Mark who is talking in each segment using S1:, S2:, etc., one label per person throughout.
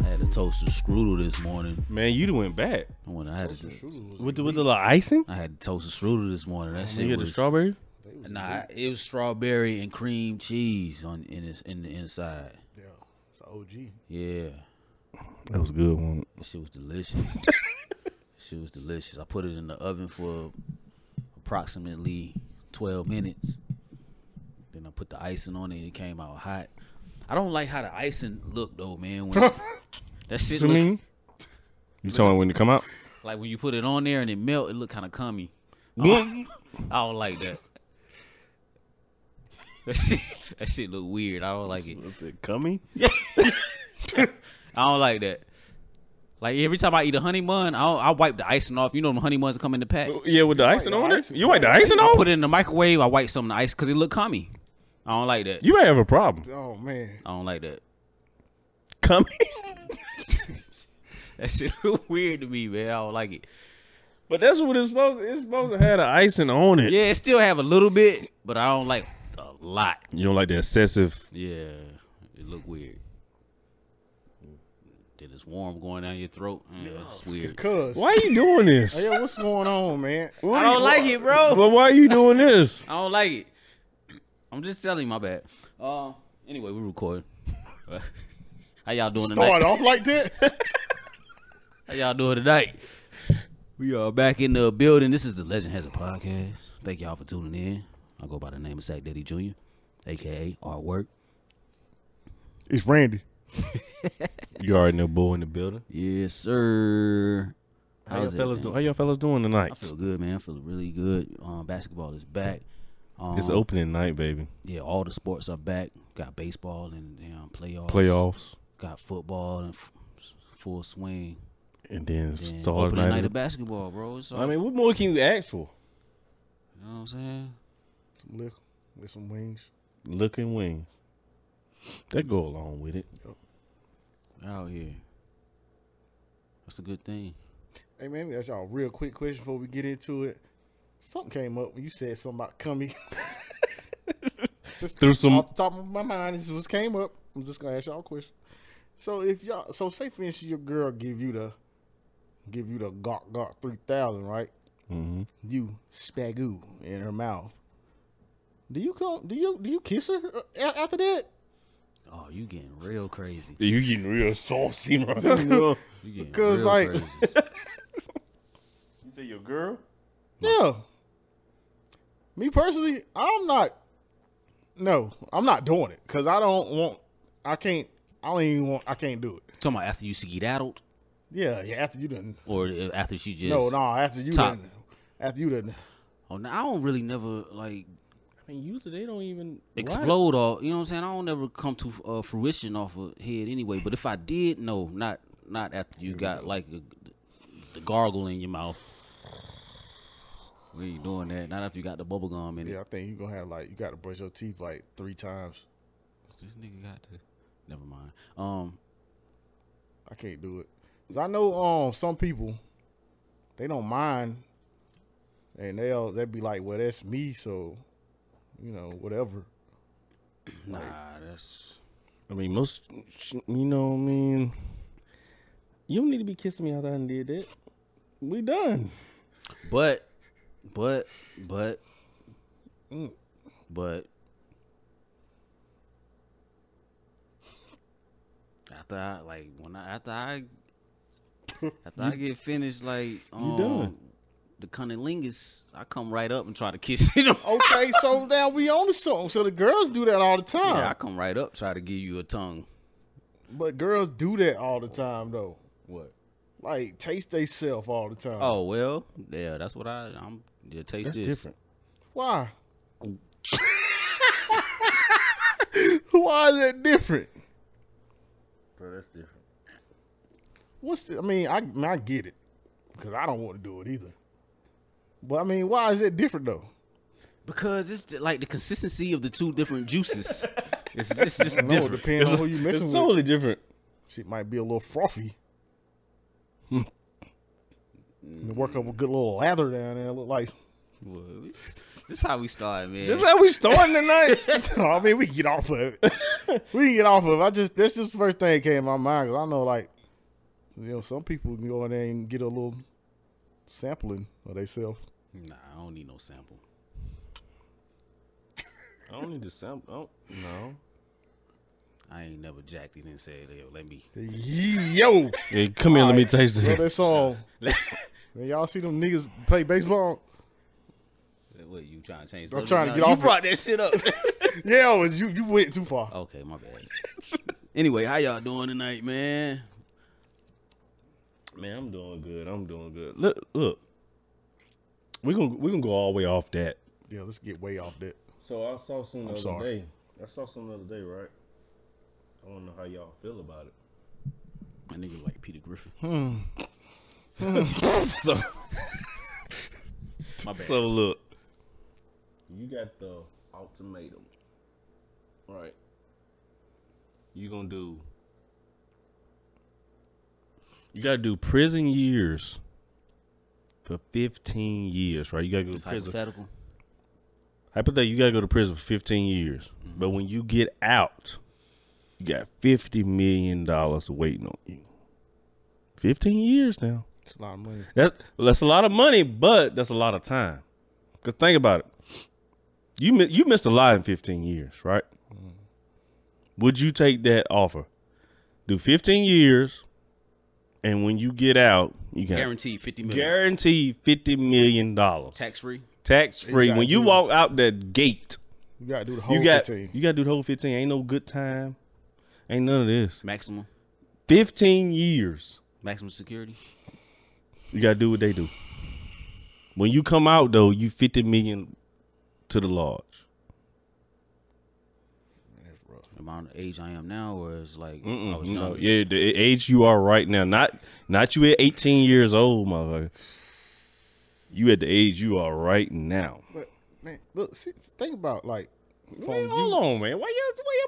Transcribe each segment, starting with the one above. S1: Mr. Strudel this morning.
S2: Man, you done went back.
S1: I went. I had
S3: Toasted
S1: a,
S3: strudel was
S2: With
S3: a
S2: the with the little icing?
S1: I had toasted strudel this morning. That
S2: You
S1: shit
S2: get the
S1: was
S2: strawberry?
S3: they was
S1: nah. It was strawberry and cream cheese on in this in the inside.
S3: big. Yeah, it's a OG.
S1: Yeah,
S2: That was good one.
S1: that shit was delicious. she was delicious. I put it in the oven for approximately twelve minutes. Then I put the icing on it. and It came out hot. I don't like how the icing looked though, man. When that shit
S2: To
S1: look-
S2: me? You talking when to come out?
S1: like when you put it on there and it melt, it looked kind of cummy.
S2: Oh.
S1: I don't like that. that shit, that shit look weird. I don't like it.
S2: Was it coming?
S1: I don't like that. Like every time I eat a honey bun, I, I wipe the icing off. You know, the honey buns come in the pack.
S2: Yeah, with the icing
S3: the
S2: on it?
S3: icing.
S2: You like the icing
S1: I
S2: on
S1: put it in the microwave. I wipe some of the ice because it look cummy. I don't like that.
S2: You might have a problem.
S3: Oh man,
S1: I don't like that.
S2: Coming?
S1: That shit look weird to me, man. I don't like it.
S2: But that's what it's supposed to. It's supposed to have the icing on it.
S1: Yeah, it still have a little bit, but I don't like a lot.
S2: You don't like the excessive.
S1: Yeah, it look weird. Then it's warm going down your throat. Mm, it's weird.
S3: cuz.
S2: Why are you doing this?
S3: Hey, yo, what's going on, man?
S1: I don't like it, bro.
S2: But why are you doing this?
S1: I don't like it. I'm just telling you, my bad. Uh, anyway, we recording. How y'all doing
S3: Start
S1: tonight?
S3: off like that.
S1: How y'all doing tonight? We are back in the building. This is the Legend Has a Podcast. Thank y'all for tuning in. I go by the name of Sack Daddy Jr., aka Artwork.
S3: it's Randy.
S2: You already know, boy, in the building.
S1: Yes, sir.
S2: How
S1: How's
S2: y'all
S1: it,
S2: fellas
S1: man?
S2: doing? How y'all fellas doing tonight?
S1: I feel good, man. I feel really good. Um, basketball is back. Um,
S2: It's opening night, baby.
S1: Yeah, all the sports are back. Got baseball and um,
S2: Oh.
S1: playoffs.
S2: Playoffs,
S1: Got football and f- full swing.
S2: and then
S1: Then
S2: start
S1: opening night,
S2: night.
S1: of basketball, bro. It's all,
S2: I mean, what more can you ask for?
S1: you know what I'm saying?
S3: Some liquor with some wings.
S2: Looking wings. That go along with it.
S1: We're Out here. That's a good thing.
S3: Hey man, let me ask y'all a real quick question before we get into it. Something came up when you said something about cummy. just
S2: Through some-
S3: off the top of my mind, this just came up. I'm just gonna ask y'all a question. So if y'all, so say for instance, your girl give you the, give you the gawk gawk three thousand, right?
S2: Mm-hmm.
S3: You spagoo in her mouth. Do you come? Do you do you kiss her uh, a- after that?
S1: Oh, you getting real crazy.
S2: You getting real saucy right now.
S1: You getting
S3: Because,
S1: real
S3: like-
S1: crazy.
S2: You say your girl?
S3: Yeah. Me personally, I'm not. No, I'm not doing it because I don't want. I can't. I don't even want. I can't do it.
S1: talking about after you skedaddled
S3: Yeah, yeah. After you done.
S1: or after she just.
S3: No, no. After you
S1: Top.
S3: done. After you done.
S1: Oh, no, I don't really never like
S2: I mean, usually they don't even
S1: explode or you know what I'm saying. I don't ever come to uh, fruition off of head anyway. But if I did, no, not not after you got like a, the gargle in your mouth. We ain't doing that. Not after you got the bubble gum in it.
S3: Yeah, I think you gonna have like you got to brush your teeth like three times.
S1: This nigga got to. Never mind. Um,
S3: I can't do it because I know um some people they don't mind, and they'll they'd be like, well, that's me, so you know whatever.
S1: nah, that's
S2: I mean, most, you know what I mean? You don't need to be kissing me after I done did that. We done.
S1: but but but
S2: Mm.
S1: but after I like when I after I after I get finished like um,
S2: done.
S1: the cunnilingus, I come right up and try to kiss you.
S2: Oh,
S3: Okay, so now we on to something. So the girls do that all the time.
S1: yeah, I come right up try to give you a tongue.
S3: But girls do that all the time though.
S1: What?
S3: Like taste theyself all the time.
S1: Oh well, yeah, that's what I I'm. Yeah, taste
S2: That's
S1: this.
S2: different.
S3: Why? Why is that different?
S2: Bro, that's different.
S3: What's the, I mean, I I, mean, I get it. Cause I don't want to do it either. But I mean, why is it different though?
S1: Because it's j- like the consistency of the two different juices. it's just, it's just
S3: No, it
S1: different.
S3: depends on who you
S2: It's
S3: messing with.
S2: totally different.
S3: Shit might be a little frothy. And work up a good little lather down there. Look like
S1: Well, it's- This is how we started, man.
S2: That's how we starting tonight.
S3: I mean, we can get off of it. we can get off of it. I just that's just the first thing that came to my mind because I know like You know, some people can go in there and get a little sampling of themselves.
S1: Nah, I don't need no sample.
S2: I don't need to sample. I don't, no.
S1: I ain't never jacked it and said, yo, let me
S3: Yo,
S2: Hey, come here. let me taste
S3: bro,
S2: this.
S3: that song. Man, y'all see them niggas play baseball?
S1: what you trying to change?
S3: I'm
S1: subject
S3: trying to
S1: now?
S3: get
S1: you
S3: off it.
S1: brought that shit up.
S3: Yeah, but you you went too far.
S1: okay, my bad. Anyway, how y'all doing tonight, man?
S2: Man, I'm doing good. I'm doing good. Look, look. We're gonna we're gonna go all the way off that.
S3: Yeah, let's get way off that.
S4: So I saw some the other
S3: sorry.
S4: day. I saw some the other day, right? I want to know how y'all feel about it.
S1: My nigga like Peter Griffin.
S2: So
S1: My bad.
S2: so look.
S4: You got the ultimatum, right? You gonna do?
S2: You gotta do prison years for 15 years, right? You gotta go
S1: it's
S2: to prison.
S1: hypothetical.
S2: Hypothetically, you gotta go to prison for 15 years. But when you get out, you got 50 million dollars waiting on you. 15 years now.
S3: It's a lot of money.
S2: That that's a lot of money, but that's a lot of time. Cause think about it, you mi- you missed a lot in fifteen years, right? Would you take that offer? Do fifteen years, and when you get out, you can guarantee,
S1: Guaranteed fifty million,
S2: fifty million dollars
S1: tax free.
S2: tax free.
S3: gotta
S2: When you
S3: do-
S2: walk out that gate,
S3: You gotta do the whole
S2: you got
S3: 15.
S2: you got to do the whole fifteen. Ain't no good time. Ain't none of this.
S1: Maximum,
S2: Fifteen years.
S1: maximum security.
S2: You gotta do what they do. When you come out though, you fifty million to the lodge.
S3: That's rough.
S1: Am I on the age I am now, or is like I was
S2: Mm-mm, Oh, no,
S1: young?
S2: yeah, the a- age you are right now, not not you at eighteen years old, motherfucker. You at the age you are right now.
S3: But man, look, see, think about like from
S2: Man,
S3: you-
S2: on, man. Why you why you
S1: You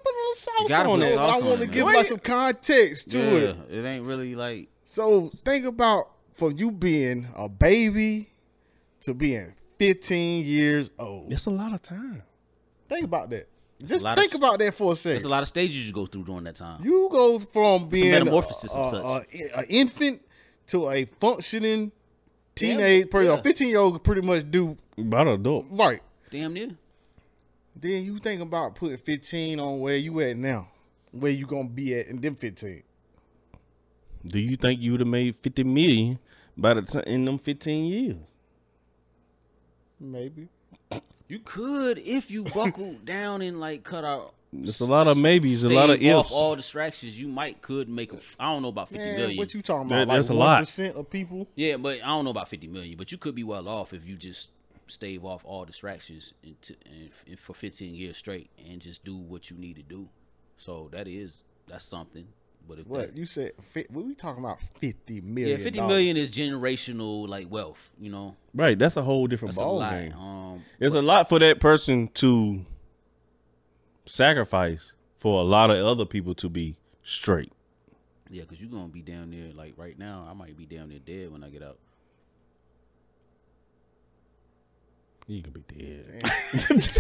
S2: put
S1: gotta put
S3: No, but I
S1: sauce on
S3: want to
S1: it,
S3: give
S2: man.
S3: like some context to
S1: yeah.
S3: it.
S1: It ain't really like
S3: So think about from you being a baby to being 15 years old.
S2: It's a lot of time.
S3: Think about that. Just
S1: a lot
S3: think
S1: of-
S3: about that for a
S1: there's a
S3: second.
S1: lot of stages you go through during that time.
S3: You go from being
S1: metamorphosis
S3: a,
S1: of
S3: a- a- a infant to a functioning teenage person.
S1: yeah.
S3: A 15 year old could pretty much do
S2: About an adult.
S3: right.
S1: Damn near.
S3: Then you think about putting 15 on where you at now, where you gonna be at in them 15.
S2: Do you think you would have made fifty million by the time in them fifteen years?
S3: Maybe.
S1: You could if you buckled down and like cut out.
S2: It's a lot of maybes, a lot of
S1: stave off
S2: ifs.
S1: all distractions. You might could make. A, I don't know about fifty million.
S3: Man, what you talking
S2: That-
S3: about?
S2: that's a
S3: like
S2: lot.
S3: 1% of people.
S1: Yeah, but I don't know about fifty million. But you could be well off if you just stave off all distractions and, t- and, f- and for fifteen years straight and just do what you need to do. So that is that's something. But if
S3: What
S1: that-
S3: you said? Fi- what we talking about? Fifty
S1: yeah,
S3: million.
S1: fifty
S3: dollars.
S1: million is generational like wealth. You know,
S2: Right, that's a whole different
S1: that's a
S2: ball
S1: lot.
S2: game.
S1: Um,
S2: It's a lot for that person to sacrifice for a lot of other people to be straight.
S1: yeah, because you're gonna be down there like right now. I might be down there dead when I get out.
S2: You can be dead.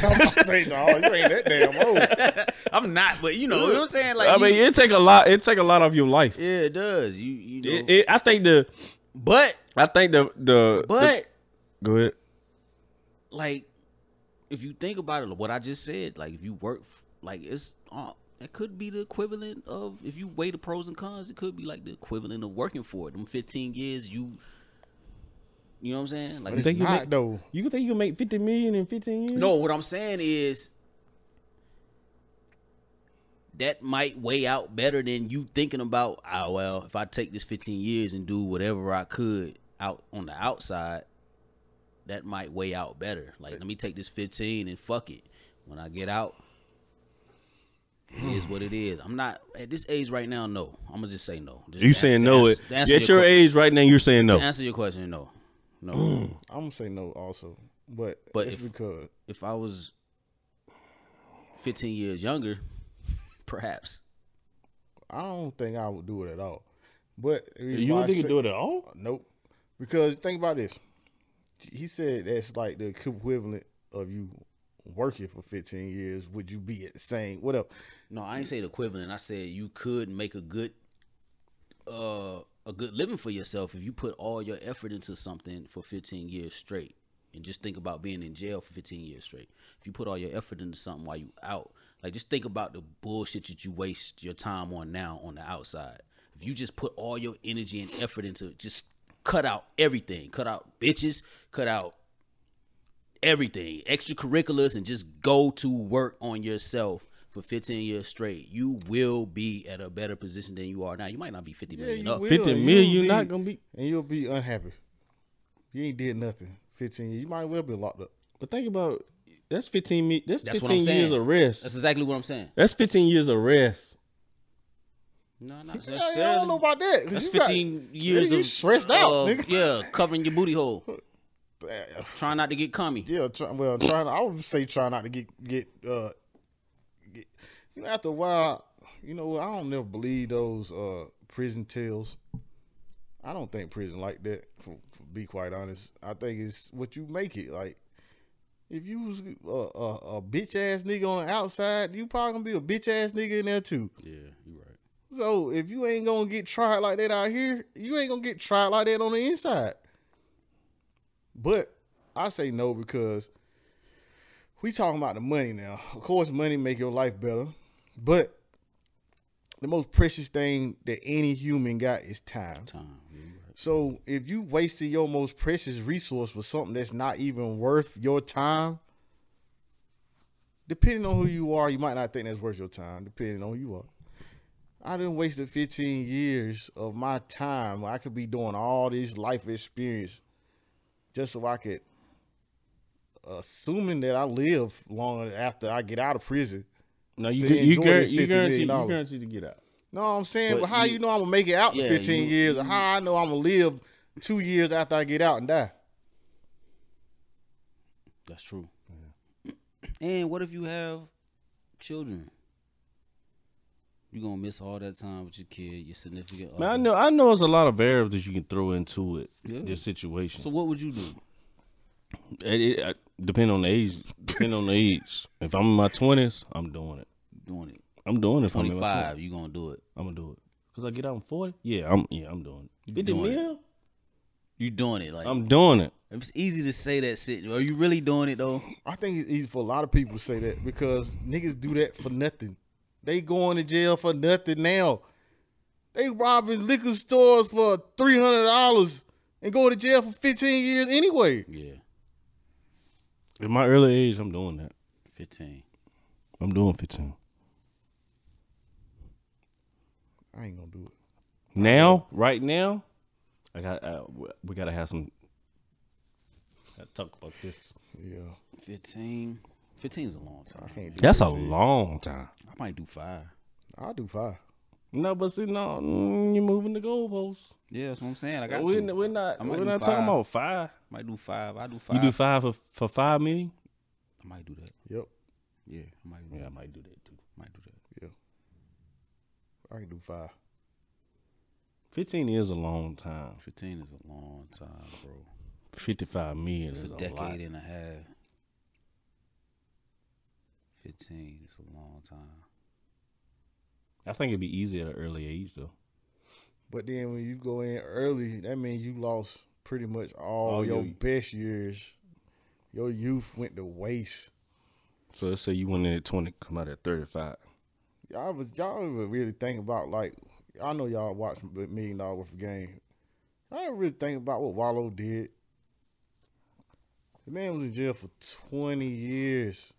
S3: I'm about to say, no, you ain't that damn old.
S1: I'm not, but you know, you know what I'm saying. Like,
S2: I mean,
S1: you-
S2: it take a lot. It take a lot of your life.
S1: yeah, it does. You, you know,
S2: It- it- I think the.
S1: but
S2: I think the the.
S1: but.
S2: the, go ahead.
S1: like if you think about it what i just said like if you work f- like it's uh, that could be the equivalent of if you weigh the pros and cons it could be like the equivalent of working for it them 15 years you you know what i'm saying like
S2: Think you
S3: Not
S2: make-
S3: though.
S2: You think you can make fifty million in fifteen years?
S1: no what i'm saying is that might weigh out better than you thinking about ah well if i take this 15 years and do whatever i could out on the outside that might weigh out better like let me take this 15 and fuck it when i get out it is what it is i'm not at this age right now no i'm gonna just say no Just
S2: You
S1: to
S2: saying
S1: an- to
S2: no?
S1: ans-
S2: It,
S1: to answer
S2: at your
S1: que-
S2: age right now, you're saying
S1: to
S2: no.
S1: answer your question no no
S3: I'm gonna say no also, but
S1: But
S3: it's
S1: if-
S3: because
S1: if I was 15 years younger, perhaps.
S3: I don't think I would do it at all. But the reason
S2: You
S3: why I
S2: don't think you
S3: say-
S2: do it at all?
S3: Nope. Because think about this. He said that's like the equivalent of you working for 15 years. Would you be at the same? What up?
S1: No, I ain't say the equivalent. I said you could make a good uh a good living for yourself if you put all your effort into something for 15 years straight. And just think about being in jail for 15 years straight. If you put all your effort into something while you out, like just think about the bullshit that you waste your time on now on the outside. If you just put all your energy and effort into just cut out everything, cut out bitches, cut out everything, extracurriculars, and just go to work on yourself for 15 years straight, you will be at a better position than you are now. You might not be 50
S3: Yeah,
S1: million
S3: you
S1: up.
S3: will.
S2: 50 million,
S3: you'll
S2: you're not gonna be-
S3: and you'll be unhappy. You ain't did nothing. Fifteen years, you might well be locked up.
S2: But think about that's fifteen. mi- That's,
S1: That's what I'm
S2: fifteen years
S1: saying.
S2: of rest.
S1: That's
S2: That's,
S1: exactly what I'm saying.
S2: fifteen years of rest.
S1: No, not
S3: Yeah, I don't know
S1: necessarily.
S3: about that. 'cause
S1: That's
S3: you got-
S1: 15 years
S3: you
S1: of
S3: stressed out,
S1: of-
S3: nigga.
S1: Yeah, covering your booty hole, trying not to get cummy.
S3: Yeah, try, well, trying. I would say try not to get get. uh get, You know, after a while, you know, I don't never believe those uh prison tales. I don't think prison like that. For, for be quite honest, I think it's what you make it. Like, if you was a, a, a bitch ass nigga on the outside, you probably gonna be a bitch ass nigga in there too.
S1: Yeah, you're right.
S3: So if you ain't gonna get tried like that out here, you ain't gonna get tried like that on the inside. But I say no because we talking about the money now. Of course, money make your life better, but the most precious thing that any human got is time.
S1: Time. yeah, you're right.
S3: So if you wasting your most precious resource for something that's not even worth your time, depending on who you are, you might not think that's worth your time, depending on who you are. I didn't waste the 15 years of my time where I could be doing all this life experience just so I could assuming that I live long after I get out of prison.
S2: No, you
S3: To
S2: gu- you,
S3: enjoy
S2: guar-
S3: this
S2: you
S3: $50
S2: guarantee you
S3: million.
S2: guarantee to get out.
S3: No, I'm saying,
S1: But
S3: but, how
S1: you-
S3: you, know I'm gonna make it out
S1: Yeah,
S3: in 15
S1: you-
S3: years? Or how I know I'm gonna live two years after I get out and die?
S1: That's true. And what if you have children? You gonna miss all that time with your kid, your significant other.
S2: Man, I know I know it's a lot of variables that you can throw into it.
S1: Yeah.
S2: This situation.
S1: So what would you do?
S2: It, it, I, depend on the age. Depend on the age. If I'm in my twenties, I'm doing it.
S1: Doing it.
S2: I'm doing it. If I'm
S1: Twenty
S2: in my 20s.
S1: five, you gonna do it.
S2: I'm gonna do it. Cause I get out in forty. Yeah, I'm. Yeah, I'm doing it. Fifty
S1: doing it.
S2: mil.
S1: You doing it. Like
S2: I'm doing it.
S1: it's easy to say that shit. Are you really doing it though?
S3: I think it's easy for a lot of people to say that because niggas do that for nothing. They going to jail for nothing now. They robbing liquor stores for three hundred dollars and go to jail for fifteen years anyway.
S1: Yeah.
S2: At my early age, I'm doing that.
S1: Fifteen.
S2: I'm doing fifteen.
S3: I ain't gonna do it.
S2: Now, right now, I got. I, we gotta have some. Gotta talk about this.
S3: Yeah,
S1: 15 15 is a long time.
S3: I can't do.
S2: That's a long time.
S1: I might do five.
S3: it. I'll do five.
S2: No, but see, no, mm, you're moving the goalposts.
S1: Yeah, that's what I'm saying. I got
S2: We're,
S1: to.
S2: we're not.
S1: I might
S2: We're
S1: do
S2: not
S1: five.
S2: talking about five.
S1: might do five. I do five.
S2: You do five for for five million.
S1: I might do that.
S3: Yep.
S1: Yeah, I might. Do
S2: Yeah, I
S1: that.
S2: might do that too.
S1: might do that.
S3: Yeah. I can do five.
S2: Fifteen is a long time.
S1: Fifteen is a long time, bro.
S2: Fifty-five million
S1: It's
S2: is
S1: a
S2: a, lot.
S1: decade and a half. Fifteen is a long time.
S2: I think it'd be easy at an early age though.
S3: But then when you go in early, that means you lost pretty much all
S2: All
S3: your
S2: your-
S3: best years. Your youth went to waste.
S2: So let's say you went in at twenty, come out at thirty-five.
S3: Y'all was y'all ever really think about like I know y'all watch Million Dollar Worth of Game. I really think about what Wallow did. The man was in jail for twenty years,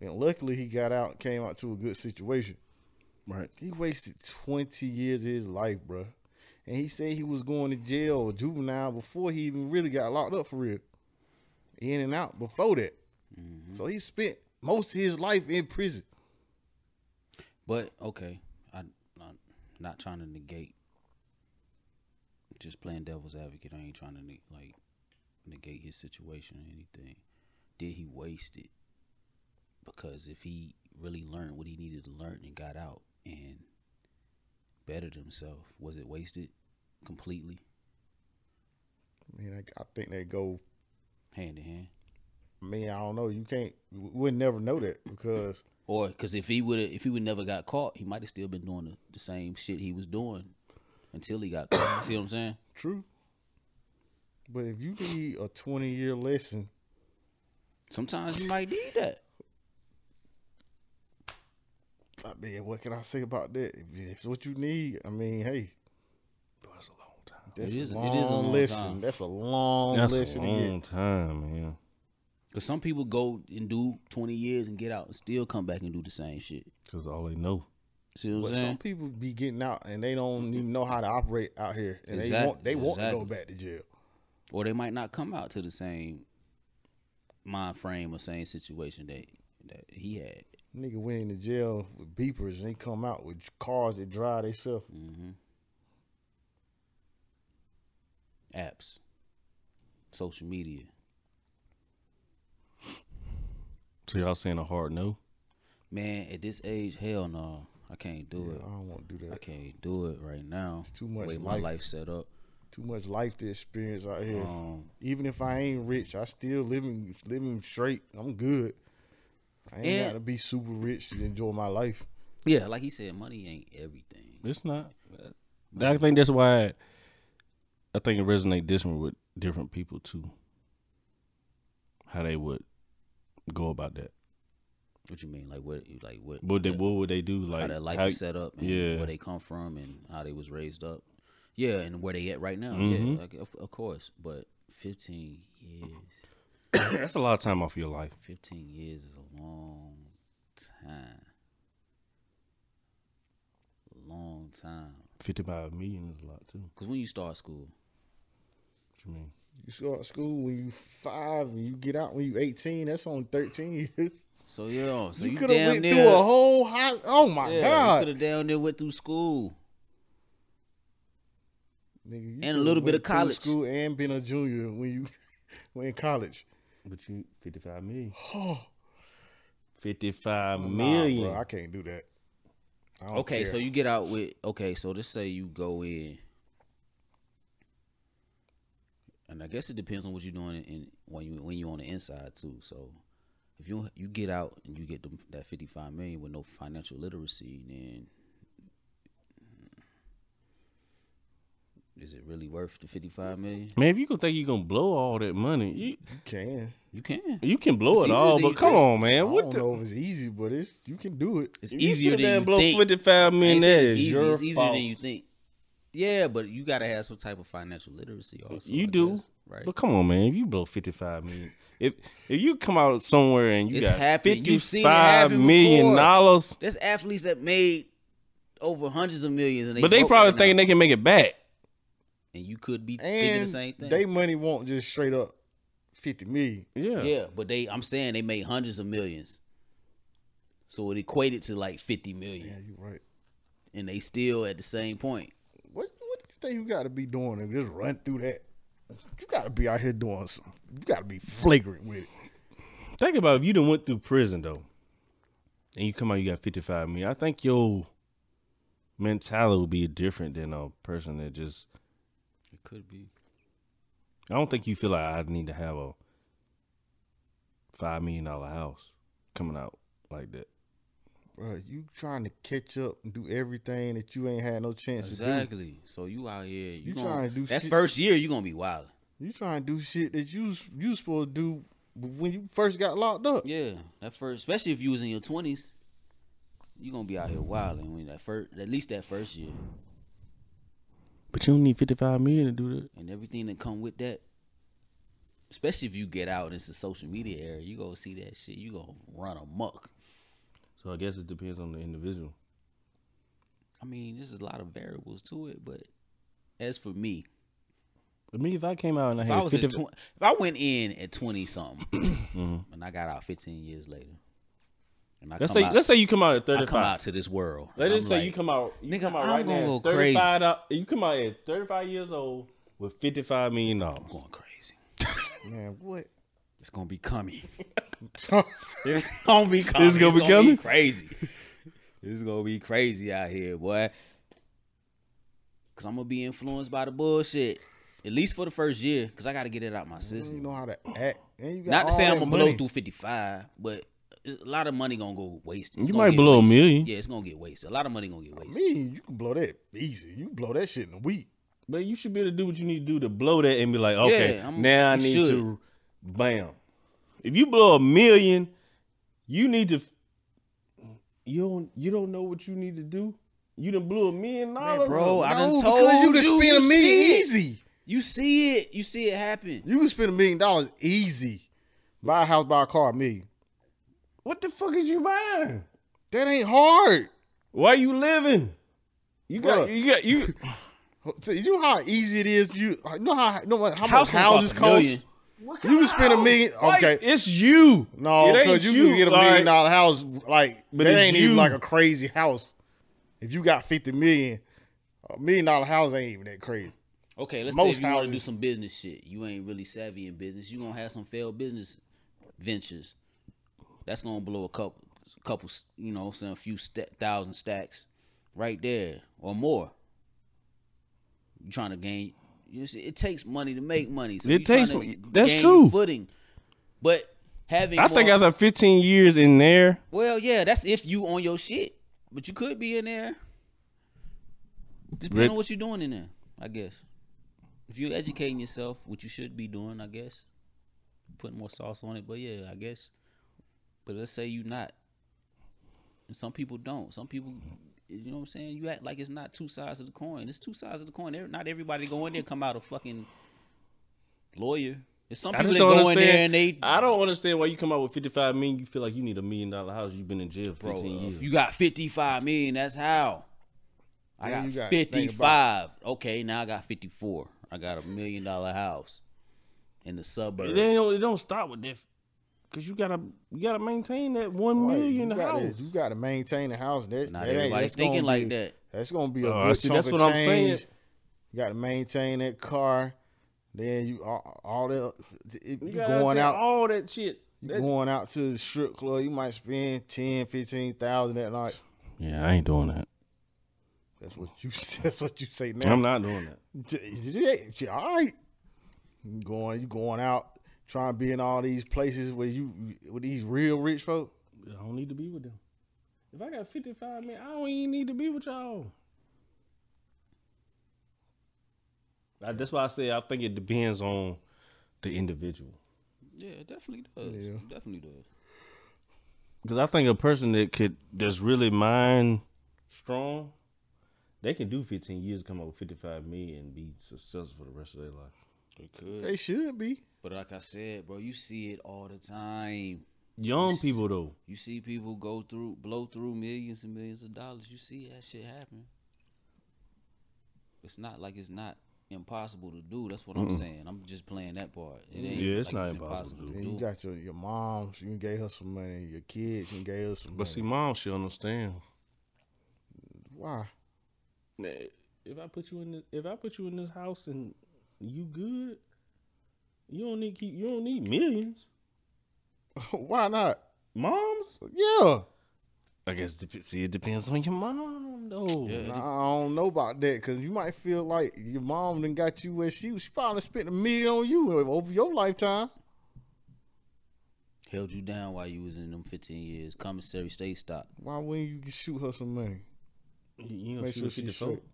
S3: and luckily he got out, came out to a good situation.
S2: Right.
S3: He wasted twenty years of his life, bruh. and he said he was going to jail or juvenile before he even really got locked up for real, in and out before that. So he spent most of his life in prison.
S1: But okay, I, I'm not trying to negate. Just playing devil's advocate. I ain't trying to ne- like negate his situation or anything. Did he waste it? Because if he really learned what he needed to learn and got out and bettered himself, was it wasted completely,
S3: I mean, I, I think they go.
S1: hand in hand?
S3: I mean, I don't know. You can't. We would never know that because
S1: Or because if he would if he would never got caught, he might have still been doing the, the same shit he was doing until he got caught. see what I'm saying?
S3: True. But if you need a 20 year lesson,
S1: Sometimes you might need that.
S3: I mean, what can I say about that? If it's what you need, I mean, hey,
S2: Bro, that's a long time.
S3: that's
S1: It is- it is
S3: a
S1: a
S3: long
S1: long
S3: lesson.
S1: time.
S3: That's a long
S2: That's a
S3: lesson. to get.
S2: long time, man.
S1: Cause some people go and do 20 years and get out and still come back and do the same shit.
S2: Because all they know.
S1: See what I'm
S3: But some
S1: saying?
S3: people be getting out and they don't even know how to operate out here, and they
S1: Exact-
S3: want they want to go
S1: exactly.
S3: back to jail.
S1: Or they might not come out to the same mind frame or same situation that that he had.
S3: Nigga went into jail with beepers and they come out with cars that drive themselves.
S1: Apps, social media.
S2: So y'all saying a hard no?
S1: Man, at this age, hell no, I can't do
S3: I
S1: it.
S3: don't want to do that.
S1: I can't do it right now. It's
S3: too much
S1: Way my
S3: life.
S1: life set up.
S3: Too much life to experience out here.
S1: Um,
S3: Even if I ain't rich, I still living living straight. I'm good. I ain't
S1: Yeah.
S3: gotta be super rich to enjoy my life.
S1: yeah, like he said, money ain't everything.
S2: It's not. I think that's why I think it resonate different with different people too. How they would go about that.
S1: What you mean? Like what? you- Like what?
S2: What they what would they do? Like
S1: how their life
S2: how-
S1: is set up and
S2: yeah.
S1: where they come from and how they was raised up. Yeah, and where they at right now.
S2: Mm-hmm.
S1: Yeah, like, of, of course. But 15 years,
S2: that's a lot of time off your life.
S1: 15 years is a long time. Long time.
S2: Fifty five million is a lot too.
S1: Because when you start school,
S2: What you mean?
S3: You start school when you five and you get out when you eighteen. That's only thirteen years.
S1: so yeah, so
S3: you
S1: you,
S3: could have
S1: damn
S3: went
S1: near,
S3: through a whole high. Oh my
S1: yeah, you
S3: god,
S1: could have down there went through school.
S3: Nigga, you
S1: and a
S3: coulda
S1: little bit
S3: went
S1: of
S3: through
S1: college.
S3: School and been a junior when you when in college.
S2: But you fifty five million.
S3: Oh,
S2: Fifty five
S3: nah,
S2: million.
S3: bro, I can't do that. I don't
S1: Okay,
S3: care.
S1: so you get out with okay, so let's say you go in, and I guess it depends on what you're doing in when you when you on the inside too. So if you you get out and you get them, that 55 million with no financial literacy, then is it really worth the 55 million?
S2: Man, if you gonna think you gonna blow all that money, you
S3: you can.
S1: You can.
S2: you can blow
S1: It's
S2: it all,
S1: easier
S2: but
S1: to-
S2: come on,
S3: I
S2: man.
S3: don't
S2: What the
S3: know if it's easy, but it's you can do it.
S1: It's
S2: If
S1: easier
S2: sit
S1: than
S2: there
S1: you
S2: and blow
S1: think.
S2: fifty five
S1: I
S2: million.
S1: ain't
S2: That
S1: saying
S2: is
S1: it's easy,
S2: your
S1: it's easier
S2: fault.
S1: than you think. Yeah, but you gotta have some type of financial literacy also.
S2: You
S1: I
S2: do,
S1: guess, right?
S2: But come on, man. If you blow fifty five million, if if you come out somewhere and you
S1: It's
S2: got
S1: happened.
S2: fifty
S1: You've seen it
S2: five
S1: happen
S2: million
S1: before.
S2: dollars,
S1: There's athletes that made over hundreds of millions, and they
S2: but they
S1: broke
S2: probably
S1: right
S2: thinking
S1: now.
S2: they can make it back.
S1: and you could be thinking
S3: And
S1: the same thing.
S3: they money won't just straight up fifty million.
S2: Yeah,
S1: yeah, but they, I'm saying they made hundreds of millions, so it equated to like 50 million,
S3: Yeah, you right.
S1: and they still at the same point.
S3: What what do you think you gotta be doing and just run through that? You gotta be out here doing some you gotta be flagrant with it.
S2: Think about if you done went through prison though, and you come out, you got fifty five million. I think your mentality would be different than a person that just.
S1: It could be.
S2: I don't think you feel like I need to have a five million dollar house coming out like that.
S3: Bro, you trying to catch up and do everything that you ain't had no chance to do.
S1: Exactly. So you out here, you,
S3: You
S1: gonna,
S3: trying to do
S1: that
S3: shit-
S1: first year, you gonna be wild.
S3: You trying to do shit that you s- you supposed to do when you first got locked up.
S1: Yeah, that first, especially if you was in your 20s, you gonna be out here wilding when that first, at least that first year,
S2: But you don't need fifty five million to do that.
S1: and everything that come with that. Especially if you get out into social media area, you gonna see that shit. You gonna run amok.
S2: So I guess it depends on the individual.
S1: I mean, there's a lot of variables to it, but as for me,
S2: I mean, if I came out and I
S1: if
S2: had
S1: I was
S2: 50,
S1: at 20, if I went in at 20 something and I got out 15 years later, and I
S2: Mm-hmm. let's
S1: come
S2: say
S1: out,
S2: let's say you come out at
S1: I
S2: thirty
S1: come out
S2: five.
S1: to this world, and
S2: Let's just
S1: I'm
S2: say
S1: like,
S2: you come out, you
S1: nigga,
S2: come out
S1: I'm
S2: right
S1: gonna
S2: now,
S1: go
S2: thirty
S1: crazy.
S2: five. You come out at thirty five years old with fifty five million dollars.
S1: going crazy.
S3: Man, what?
S1: It's gonna be coming.
S2: It's
S1: gonna be coming.
S2: It's gonna be coming?
S1: crazy. it's gonna be crazy out here, boy. Cause I'm gonna be influenced by the bullshit. At least for the first year, cause I gotta get it out my
S3: You
S1: system.
S3: know how to act. And you got
S1: Not to say
S3: all
S1: I'm
S3: that
S1: gonna blow
S3: money.
S1: through 55, but it's- a lot of money gonna go wasted.
S2: You
S1: gonna
S2: might
S1: get
S2: blow a
S1: wasted.
S2: million.
S1: Yeah, it's gonna get wasted. A lot of money gonna get
S3: I
S1: wasted.
S3: mean, you can blow that easy. You can blow that shit in a week.
S2: But you should be able to do what you need to do to blow that and be like, okay,
S1: Yeah, I'm-
S2: now I
S1: you
S2: need
S1: should.
S2: to, bam. If you blow a million, you need to. You don't. You don't know what you need to do. You done blew a million dollars,
S1: bro, I done
S3: because you
S1: told
S3: can
S1: you,
S3: spend
S1: you
S3: a million
S1: see it.
S3: easy.
S1: You see it. You see it happen.
S3: You can spend a million dollars easy. Buy a house, buy a car, a million.
S2: What the fuck is you buying?
S3: That ain't hard.
S2: Why you living? You got.
S3: Bruh.
S2: You got. You.
S3: So you know how easy it is. You you know how you know what- how
S1: House
S3: much
S1: gonna cost
S3: houses
S1: a
S3: cost.
S1: million.
S3: You can spend a million.
S2: Like,
S3: Okay,
S2: it's you. It
S3: No,
S2: ain't
S3: because you, can get a million
S2: like-
S3: dollar house. Like
S2: But
S3: that
S2: it's
S3: ain't
S2: you.
S3: even like a crazy house. If you got fifty million, a million dollar house ain't even that crazy.
S1: Okay, let's
S3: Most
S1: say if you want to do
S3: houses-
S1: some business shit. You ain't really savvy in business. You gonna have some failed business ventures. That's gonna blow a couple, couple, you know, some a few sta thousand stacks, right there or more. You trying to gain? You know, see, it takes money to make money. So
S2: It
S1: you tryna
S2: takes mo- that's
S1: gain
S2: true.
S1: Footing, but having
S2: I think
S1: more-
S2: after 15 years in there,
S1: Well, yeah, that's if you on your shit, but you could be in there. Depending
S2: Rick-
S1: on what you're doing in there, I guess. If you're educating yourself, which you should be doing, I guess, putting more sauce on it. But yeah, I guess. But let's say you not. And some people don't. Some people, you know what I'm saying. You act like it's not two sides of the coin. It's two sides of the coin. Every- Not everybody go in there and come out a fucking lawyer. There's some
S2: I
S1: people
S2: just
S1: that go
S2: don't
S1: in
S2: understand.
S1: there and they
S2: I don't understand why you come out with 55 million. You feel like you need a million dollar house. You've been in jail for
S1: Bro,
S2: 15 years.
S1: if you got 55 million, that's how. I
S3: Then
S1: got,
S3: you got- think
S1: 55.
S3: about-
S1: Okay, now I got 54. I got a million dollar house in the
S2: It
S1: suburbs.
S2: don't, it don't stop with that, cause you gotta you gotta maintain that one
S3: Like,
S2: million
S3: you
S2: house.
S3: gotta, You got to maintain the house. That,
S1: Not
S3: that ain't-
S1: everybody's
S3: that's gonna
S1: thinking like
S3: be-
S1: that.
S3: That's gonna be a
S2: Oh,
S3: good
S2: see,
S3: chunk
S2: that's
S3: of
S2: what I'm saying.
S3: change. You got to maintain that car. Then you all, all that it,
S2: You
S3: you
S2: gotta
S3: going
S2: take
S3: out
S2: all that shit.
S3: you
S2: That-
S3: going out to the strip club. You might spend ten, fifteen thousand that night.
S2: yeah, I ain't doing that.
S3: That's what you. That's what you say now.
S2: I'm not doing that.
S3: Yeah, all right. You going, you going out, trying to be in all these places where you with these real rich folk.
S2: I don't need to be with them. If I got 55 million, I don't even need to be with y'all. I- that's why I say I think it depends on the individual.
S1: Yeah, it definitely does.
S3: Yeah.
S1: It definitely does.
S2: Because I think a person that could that's really mind strong, they can do 15 years, come up with 55 million, and be successful for the rest of their life.
S1: It could.
S3: They should be.
S1: But like I said, bro, you see it all the time.
S2: Young people though,
S1: You see people go through, blow through millions and millions of dollars. You see that shit happen. It's not like it's not impossible to do. That's what I'm saying. I'm just playing that part. It ain't
S2: Yeah, it's
S1: like
S2: not impossible to
S3: Then you got your your mom. She done gave her some money. Your kids. You gave her some
S2: but
S3: money.
S2: see, mom, she understand.
S3: Why?
S2: If I put you in, this, if I put you in this house and you good, you don't need keep, you don't need millions,
S3: Why not?
S2: moms.
S3: Yeah.
S2: I guess dep- see, it depends on your mom though.
S1: Yeah.
S3: Nah, I don't know about that because you might feel like your mom done got you where she was. She probably spent a million on you over your lifetime.
S1: Held you down while you was in them 15 years. Commissary state stop.
S3: Why wouldn't you shoot her some money?
S2: You, you know,
S3: Make
S2: she
S3: sure
S2: was
S3: she's
S2: 54.
S3: straight.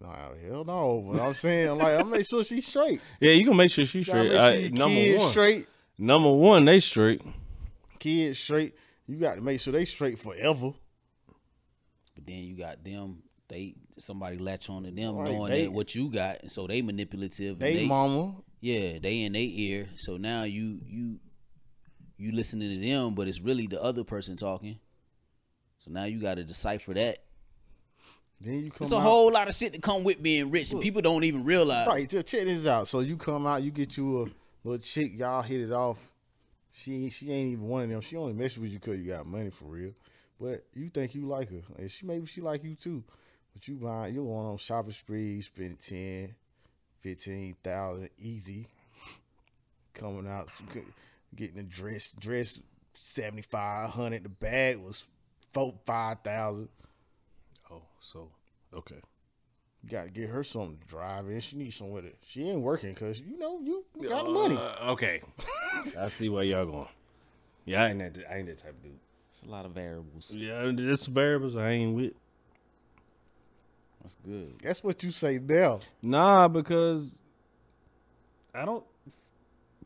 S3: Nah, hell no. But I'm saying, like, I make sure she's straight.
S2: Yeah, you gonna make sure she's
S3: Gotta
S2: straight.
S3: make
S2: I-
S3: sure your
S2: number
S3: kids
S2: one,
S3: straight.
S2: number one, they straight.
S3: Kids straight. You got to make sure they straight forever.
S1: But then you got them. They somebody latch on to them
S3: Right,
S1: knowing
S3: they-
S1: that what you got, and so they manipulative.
S3: They,
S1: and they
S3: mama.
S1: yeah, they in their ear. So now you you you listening to them, but it's really the other person talking. So now you got to decipher that.
S3: Then you come
S1: It's a
S3: out.
S1: whole lot of shit to come with being rich, and people don't even realize.
S3: right, just check this out. So you come out, you get you a little chick, y'all hit it off. She she ain't even one of them. She only messes with you because you got money for real. But you think you like her. And she maybe she like you too. But you buying you going on shopping spree, spending 10, 15,000 easy. Coming out, getting a dress, dress 7500 The bag was four, 5000
S2: Oh, so okay.
S3: You gotta get her something to drive in. She needs somewhere to. She ain't working because you know you got the money.
S2: Uh, okay, I see where y'all going. Yeah, I ain't that. I ain't that type of dude.
S1: It's a lot of variables.
S2: Yeah, that's variables I ain't with.
S1: That's good.
S3: That's what you say now.
S2: Nah, because I don't.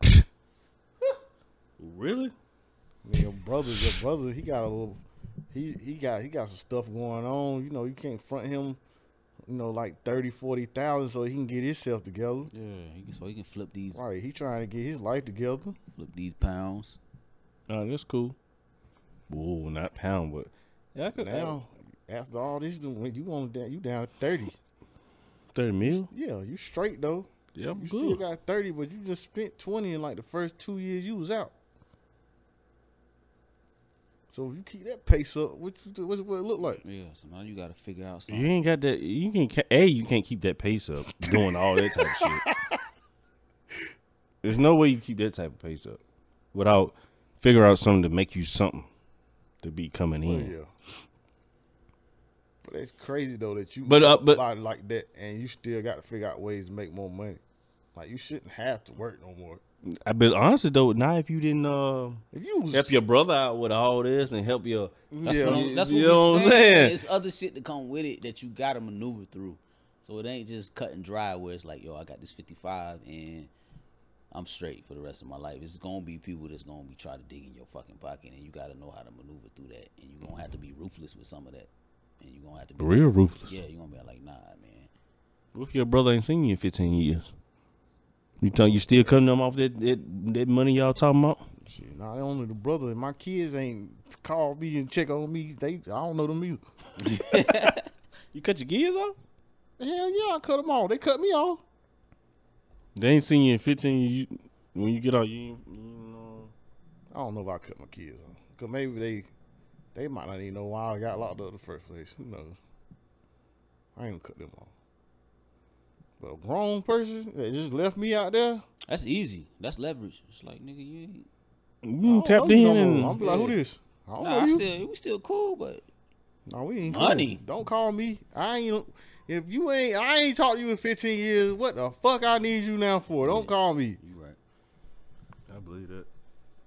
S2: really?
S3: Your brother's your brother. He got a little. He he got he got some stuff going on. You know you can't front him. You know like 30, 40,000 so he can get himself together.
S1: Yeah, he can, so he can flip these
S3: Right, he trying to get his life together.
S1: flip these pounds.
S2: Nah, that's cool. Whoa, not pound, but yeah, I could
S3: Now after all this, when you on down, you down thirty.
S2: thirty mil.
S3: Yeah, you straight though.
S2: Yeah, I'm
S3: You still
S2: good.
S3: got thirty, but you just spent twenty in like the first two years you was out. So if you keep that pace up, what you do, what's what it look like?
S1: Yeah, so now you got to figure out
S2: you
S1: something.
S2: ain't got that. You can ca- a. You can't keep that pace up doing all that type of shit. There's no way you keep that type of pace up without figure out something to make you something to be coming
S3: Well,
S2: in.
S3: yeah. But that's crazy though that you
S2: But, uh,
S3: up
S2: but-
S3: like, like that and you still got to figure out ways to make more money. Like you shouldn't have to work no more.
S2: I but honestly though, not if you didn't uh,
S3: If you was
S2: help your brother out with all this and help your
S1: That's
S3: yeah,
S1: what I'm, that's what
S2: You
S1: we're
S2: know what I'm
S1: saying.
S2: saying?
S1: It's other shit to come with it that you got to maneuver through. So it ain't just cut and dry where it's like, yo, I got this 55 and I'm straight for the rest of my life. It's gonna be people that's gonna be trying to dig in your fucking pocket, and you got to know how to maneuver through that. And you're gonna have to be ruthless with some of that. And you're gonna have to be
S2: real ruthless.
S1: Yeah, you're gonna be like, nah, man.
S2: What if your brother ain't seen you in fifteen years? You talk, you still cutting them off that, that that money y'all talking about?
S3: Shit, not only the brother, my kids ain't call me and check on me. They I don't know them either.
S2: You cut your gears off?
S3: Hell yeah, I cut them off. They cut me off.
S2: They ain't seen you in fifteen. You when you get out, you, ain't, um, you know.
S3: I don't know if I cut my kids off. Cause maybe they they might not even know why I got locked up in the first place. Who knows? I ain't gonna cut them off. But a grown person that just left me out there,
S1: That's easy. That's leverage. It's like, nigga, you ain't.
S3: I
S2: You
S3: don't
S2: tapped
S3: know Oh, you
S2: Mm, in.
S3: no more.
S2: and-
S3: I'm be like, who this? I
S2: Oh,
S3: don't
S1: Nah,
S3: know
S1: I
S3: you.
S1: still, we still cool, but
S3: no, we ain't
S1: Money.
S3: cool. Don't call me. I ain't. If you ain't, I ain't talked to you in 15 years. What the fuck I need you now for? Don't call me.
S1: you right.
S4: I believe that.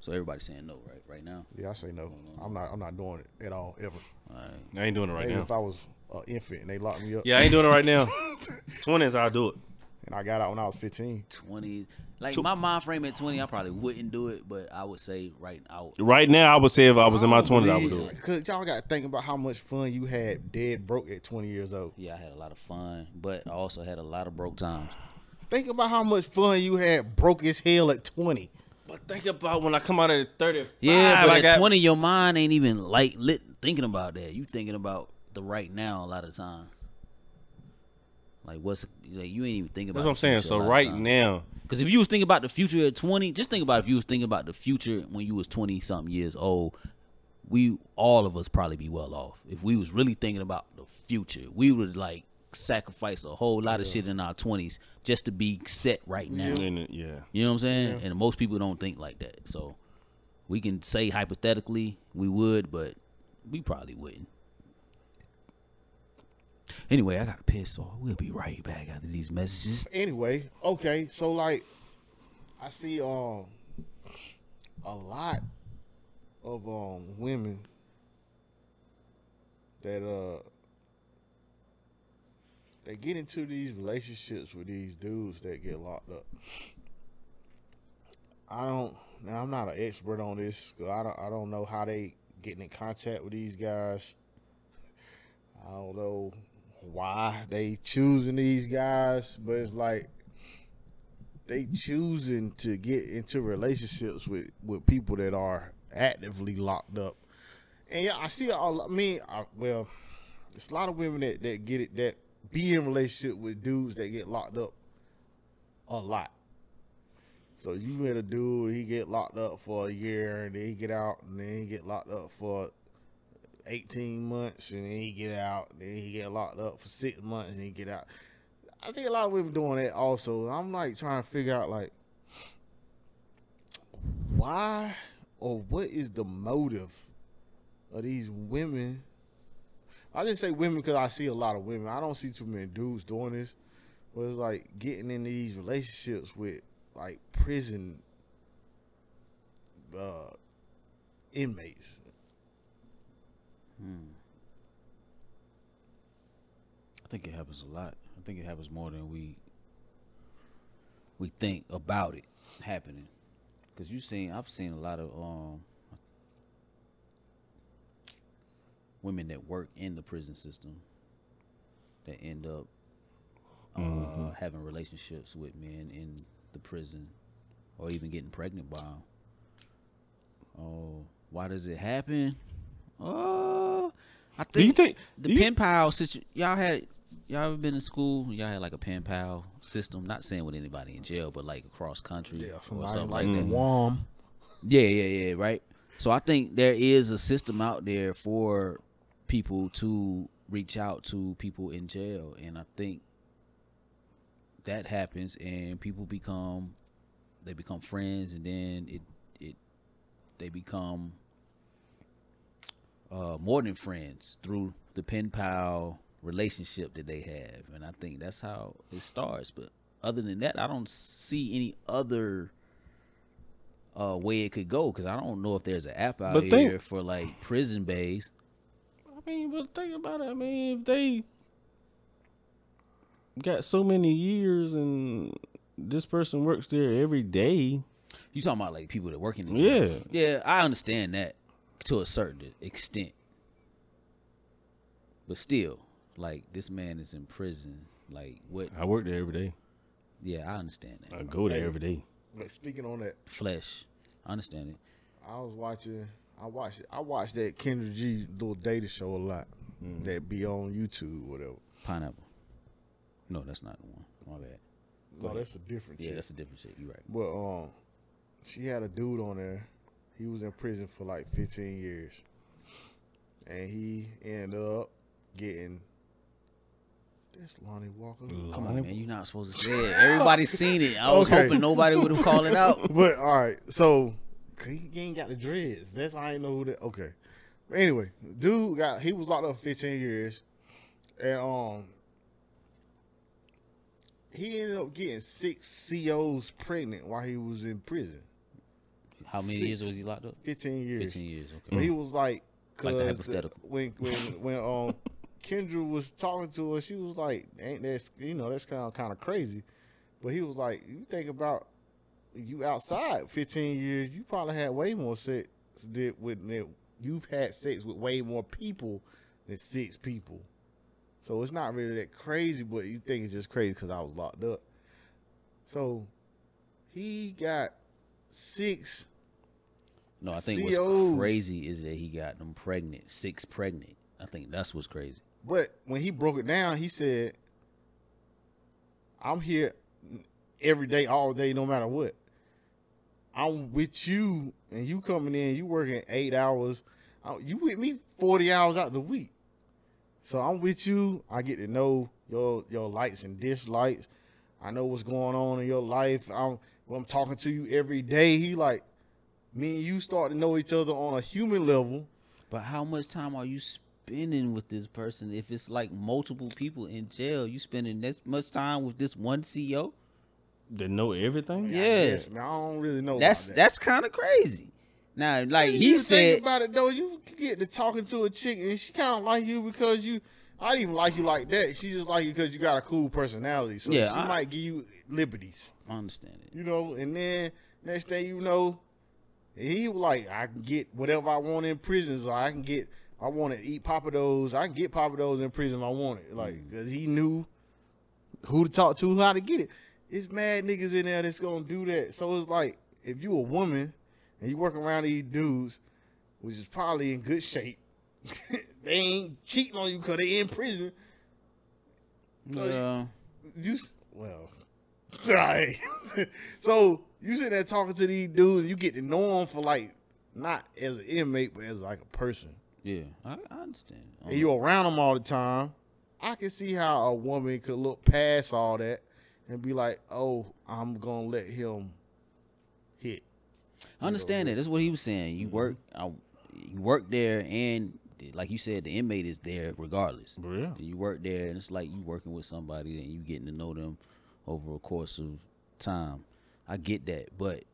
S1: So everybody's saying no, right? Right now.
S3: Yeah, I say no. I'm not. I'm not doing it at all ever.
S1: All right.
S2: I ain't doing it right
S3: Maybe
S2: now.
S3: if I was an infant and they locked me up,
S2: Yeah, I ain't doing it right now. Twenties, I'll do it.
S3: and I got out when I was 15.
S1: 20 like my mind frame at 20 i probably wouldn't do it but i would say right now
S2: Right now, I would say if I was in my twenties, I would do it.
S3: Oh, Cause y'all got to think about how much fun you had dead broke at 20 years old.
S1: yeah i had a lot of fun but i also had a lot of broke times
S3: Think about how much fun you had broke as hell at 20.
S2: But think about when I come out at thirty.
S1: yeah but at 20 your mind ain't even like lit thinking about that you thinking about the right now a lot of time like what's like you ain't even thinking about
S2: That's what I'm saying. So right now,
S1: because if you was thinking about the future at 20 just think about if you was thinking about the future when you was 20 something years old we all of us probably be well off if we was really thinking about the future. We would like sacrifice a whole lot of shit in our twenties just to be set right now.
S2: in it, yeah.
S1: You know what I'm saying? And most people don't think like that. So we can say hypothetically we would, but we probably wouldn't. Anyway, I got to piss, so we'll be right back after these messages.
S3: Anyway, okay, so like, I see um a lot of um women that uh they get into these relationships with these dudes that get locked up. I don't. Now I'm not an expert on this. 'cause I don't. I don't know how they getting in contact with these guys. I don't know why they choosing these guys, but it's like they choosing to get into relationships with with people that are actively locked up. And yeah, I see. A, lot- I mean, I, well, it's a lot of women that that get it that be in relationship with dudes that get locked up a lot. So you met a dude, he get locked up for a year, and then he get out, and then he get locked up for eighteen months, and then he get out, and then he get locked up for six months, and he get out. I see a lot of women doing that also. I'm like trying to figure out like why or what is the motive of these women. I just say women because I see a lot of women. I don't see too many dudes doing this. But it's like getting into these relationships with like prison uh inmates.
S1: I think it happens a lot. I think it happens more than we we think about it happening. Cause you seen, I've seen a lot of um women that work in the prison system that end up uh, having relationships with men in the prison, or even getting pregnant by 'em. Oh, why does it happen? Oh, I think,
S2: Do you think-
S1: the
S2: do you-
S1: pen pal situation. Y'all had y'all ever been in school? Y'all had like a pen pal system. Not saying with anybody in jail, but like across country
S3: Yeah,
S1: or
S3: somebody
S1: something
S3: like
S1: like that.
S3: Wom.
S1: Yeah, yeah, yeah, right. So I think there is a system out there for people to reach out to people in jail, and I think that happens, and people become they become friends, and then it it they become uh, more than friends through the pen pal relationship that they have, and I think that's how it starts. But other than that, I don't see any other uh, way it could go because I don't know if there's an app out
S2: But
S1: here
S2: think-
S1: for like prison bays.
S2: I mean, but think about it. I mean, if they got so many years and this person works there every day,
S1: You talking about like people that work in the
S2: yeah,
S1: jail. yeah, I understand that to a certain extent, but still, like this man is in prison. Like what?
S2: I work there every day.
S1: Yeah, I understand that
S2: I go there
S3: Hey.
S2: every day.
S3: Like speaking on that,
S1: flesh. I understand it.
S3: I was watching. I watched. I watched that Kendra G little data show a lot.
S1: Mm.
S3: That be on YouTube, whatever.
S1: Pineapple. No, that's not the one. My bad.
S3: No, that's a different.
S1: Yeah,
S3: chick.
S1: that's a different shit. You right.
S3: But um, she had a dude on there. He was in prison for like 15 years, and he ended up getting. That's Lonnie Walker.
S1: Come on, man. You're not supposed to say it. Everybody's seen it. I was
S3: Okay.
S1: hoping nobody would have called it out.
S3: But all right, so 'cause he ain't got the dreads. That's why I ain't know who that. Okay, but anyway, dude got he was locked up 15 years, and um, he ended up getting six COs pregnant while he was in prison.
S1: How many years
S3: Six.
S1: was he locked up?
S3: 15 years.
S1: 15 years. Okay.
S3: But he was like,
S1: Mm. Like the
S3: cause the,
S1: hypothetical.
S3: when when when um Kendra was talking to her, she was like, "Ain't that you know that's kind of kind of crazy," but he was like, "You think about you outside 15 years, you probably had way more sex than with than you've had sex with way more people than six people." So it's not really that crazy, but you think it's just crazy because I was locked up. So he got six
S1: No, I think
S3: COs.
S1: what's crazy is that he got them pregnant, six pregnant. I think that's what's crazy.
S3: But when he broke it down, he said, "I'm here every day, all day, no matter what. I'm with you, and you coming in, you working eight hours. I- You with me forty hours out the week. So I'm with you. I get to know your your likes and dislikes. I know what's going on in your life. I'm I'm talking to you every day. He like me and you start to know each other on a human level."
S1: But how much time are you spending with this person? If it's like multiple people in jail, you spending this much time with this one E CEO?
S2: They know everything.
S1: Yeah.
S3: Yes, man. I don't really know. about
S1: That's
S3: that.
S1: that's kind of crazy. Now, like
S3: If
S1: he
S3: you think
S1: said,
S3: about it though. You get to talking to a chick and she kind of like you because you. I didn't even like you like that. She just like you because you got a cool personality. So
S1: Yeah,
S3: she
S1: I-
S3: might give you liberties,
S1: I understand it.
S3: you know. And then next thing you know, he was like, I can get whatever I want in prison. So I can get, I want to eat Papa Do's. I can get Papa Do's in prison if I want it. Like, because he knew who to talk to, how to get it. It's mad niggas in there that's going to do that. So it's like, if you a woman and you working around these dudes, which is probably in good shape, they ain't cheating on you because they in prison. So you-
S1: Yeah.
S3: you s- well, right. so you sit there talking to these dudes, and you get to know them for like not as an inmate, but as like a person,
S1: yeah, I, I understand. Um,
S3: and you're around them all the time. I can see how a woman could look past all that and be like, "Oh, I'm gonna let him hit."
S1: I understand that. That's what he was saying.
S3: Mm-hmm.
S1: You work, I, you work there, and like you said, the inmate is there regardless.
S2: Yeah.
S1: You work there, and it's like you working with somebody, and you getting to know them over a course of time. I get that, but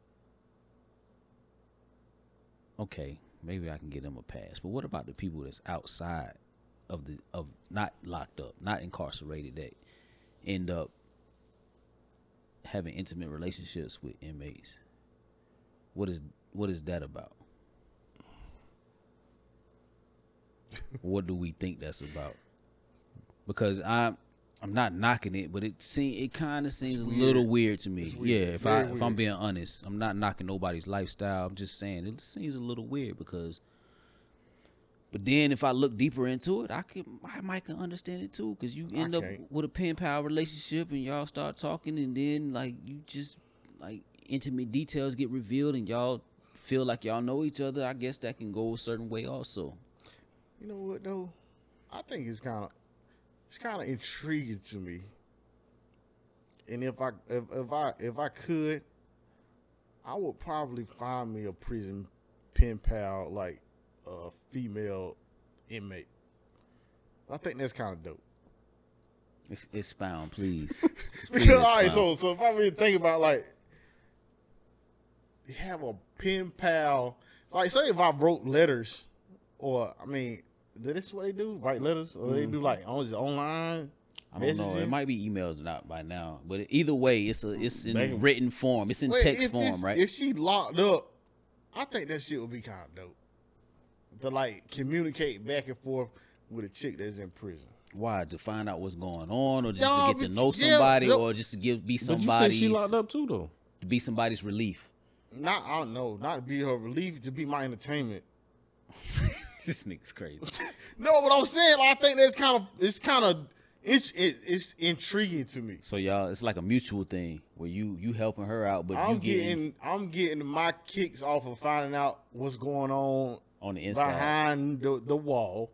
S1: okay, maybe I can get them a pass. But what about the people that's outside of the of not locked up, not incarcerated that end up having intimate relationships with inmates? What is what is that about? what do we think that's about? Because I'm I'm not knocking it, but it seem it kind of seems a little weird to me.
S3: weird.
S1: Yeah, if I
S3: Very
S1: if I'm
S3: weird.
S1: being honest, I'm not knocking nobody's lifestyle. I'm just saying it seems a little weird because. But then if I look deeper into it, I can I might can understand it too, because you end up
S3: can't.
S1: with a pen pal relationship and y'all start talking, and then like you just like intimate details get revealed, and y'all feel like y'all know each other. I guess that can go a certain way also.
S3: You know what though? I think it's kind of it's kind of intriguing to me. And if I if, if I if I could, I would probably find me a prison pen pal like a female inmate. I think that's kind of dope.
S1: Ex- Expound, please. Please
S3: Because all right,
S1: expound.
S3: so so if I really think about like you have a pen pal, it's like say if I wrote letters, or I mean, is this what they do? Write letters, or they do like on, is it
S1: Mm-hmm.
S3: online?
S1: I don't know. It
S3: messaging?
S1: might be emails not by now, but either way, it's a it's in
S2: They-
S1: written form. It's in
S3: Wait,
S1: text
S3: if
S1: form,
S3: it's-
S1: right?
S3: If she locked up, I think that shit would be kind of dope to like communicate back and forth with a chick that's in prison.
S1: Why to find out what's going on, or just
S3: Y'all
S1: to get to
S3: be-
S1: know
S3: yeah,
S1: somebody,
S3: look-
S1: or just to give be
S2: But you said she
S1: somebody's
S2: locked up too, though.
S1: to be somebody's relief.
S3: Not, I don't know, not to be her relief, to be my entertainment.
S1: this nigga's crazy.
S3: No, but I'm saying like, I think that's kind of it's kind of it's it, it's intriguing to me.
S1: So y'all, it's like a mutual thing where you you helping her out, but
S3: I'm
S1: you getting,
S3: getting I'm getting my kicks off of finding out what's going on
S1: on the inside.
S3: behind the, the wall,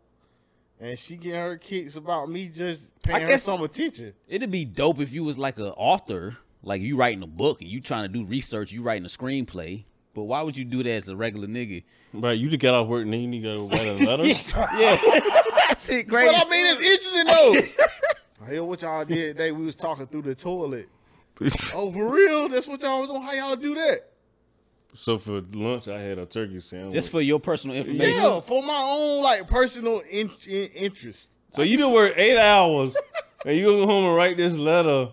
S3: and she getting her kicks about me just paying her
S1: guess-
S3: some attention.
S1: It'd be dope if you was like an author, like you writing a book and you trying to do research, you writing a screenplay. But why would you do that as a regular nigga?
S2: Right, you just got off work and then you go write a letter.
S1: That shit crazy.
S3: But I mean, it's interesting though. I hear what y'all did today. We was talking through the toilet. Oh, for real? That's what y'all was on. How y'all do that?
S2: so for lunch, I had a turkey sandwich.
S1: Just for your personal information.
S3: Yeah, for my own like personal in, in, interest.
S2: so you did work eight hours, and you go home and write this letter.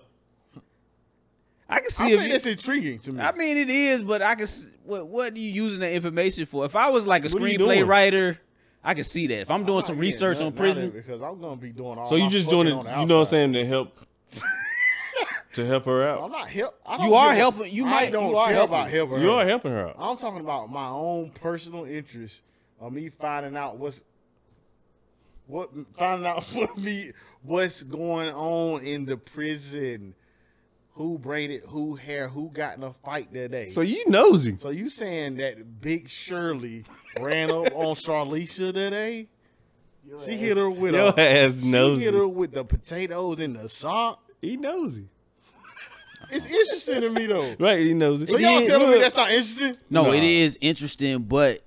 S1: I can see
S3: I
S1: if
S3: think
S1: you-
S3: that's intriguing to me.
S1: I mean, it is, but I can. s- What What are you using that information for? If I was like a
S2: What are you
S1: screenplay
S2: doing?
S1: writer, I can see that. If I'm doing
S3: Oh, not
S1: some
S3: getting
S1: research
S3: none-
S1: on
S3: none
S1: prison,
S3: of it because I'm gonna be doing all.
S2: So you
S3: my
S2: just doing it,
S3: fucking on the
S2: you know what I'm
S3: outside.
S2: saying, to help to help her out.
S3: I'm not help. I don't
S1: You are
S3: give a-
S1: helping- you
S3: I
S1: might-
S3: don't
S1: you are
S3: care
S1: helping.
S3: about helping.
S2: You
S3: her.
S2: are helping her out.
S3: I'm talking about my own personal interest of me finding out what's what finding out what me what's going on in the prison. Who braided who hair? Who got in a fight today?
S2: So you nosy.
S3: So you saying that Big Shirley ran up on Charlicia today? She hit her with
S2: Your
S3: a
S2: ass
S3: she
S2: nosy.
S3: hit her with the potatoes and the salt.
S2: He nosy.
S3: It's interesting to me though.
S2: Right, he nosy.
S3: So y'all telling me that's not interesting?
S1: no,
S2: Nah.
S1: it is interesting. But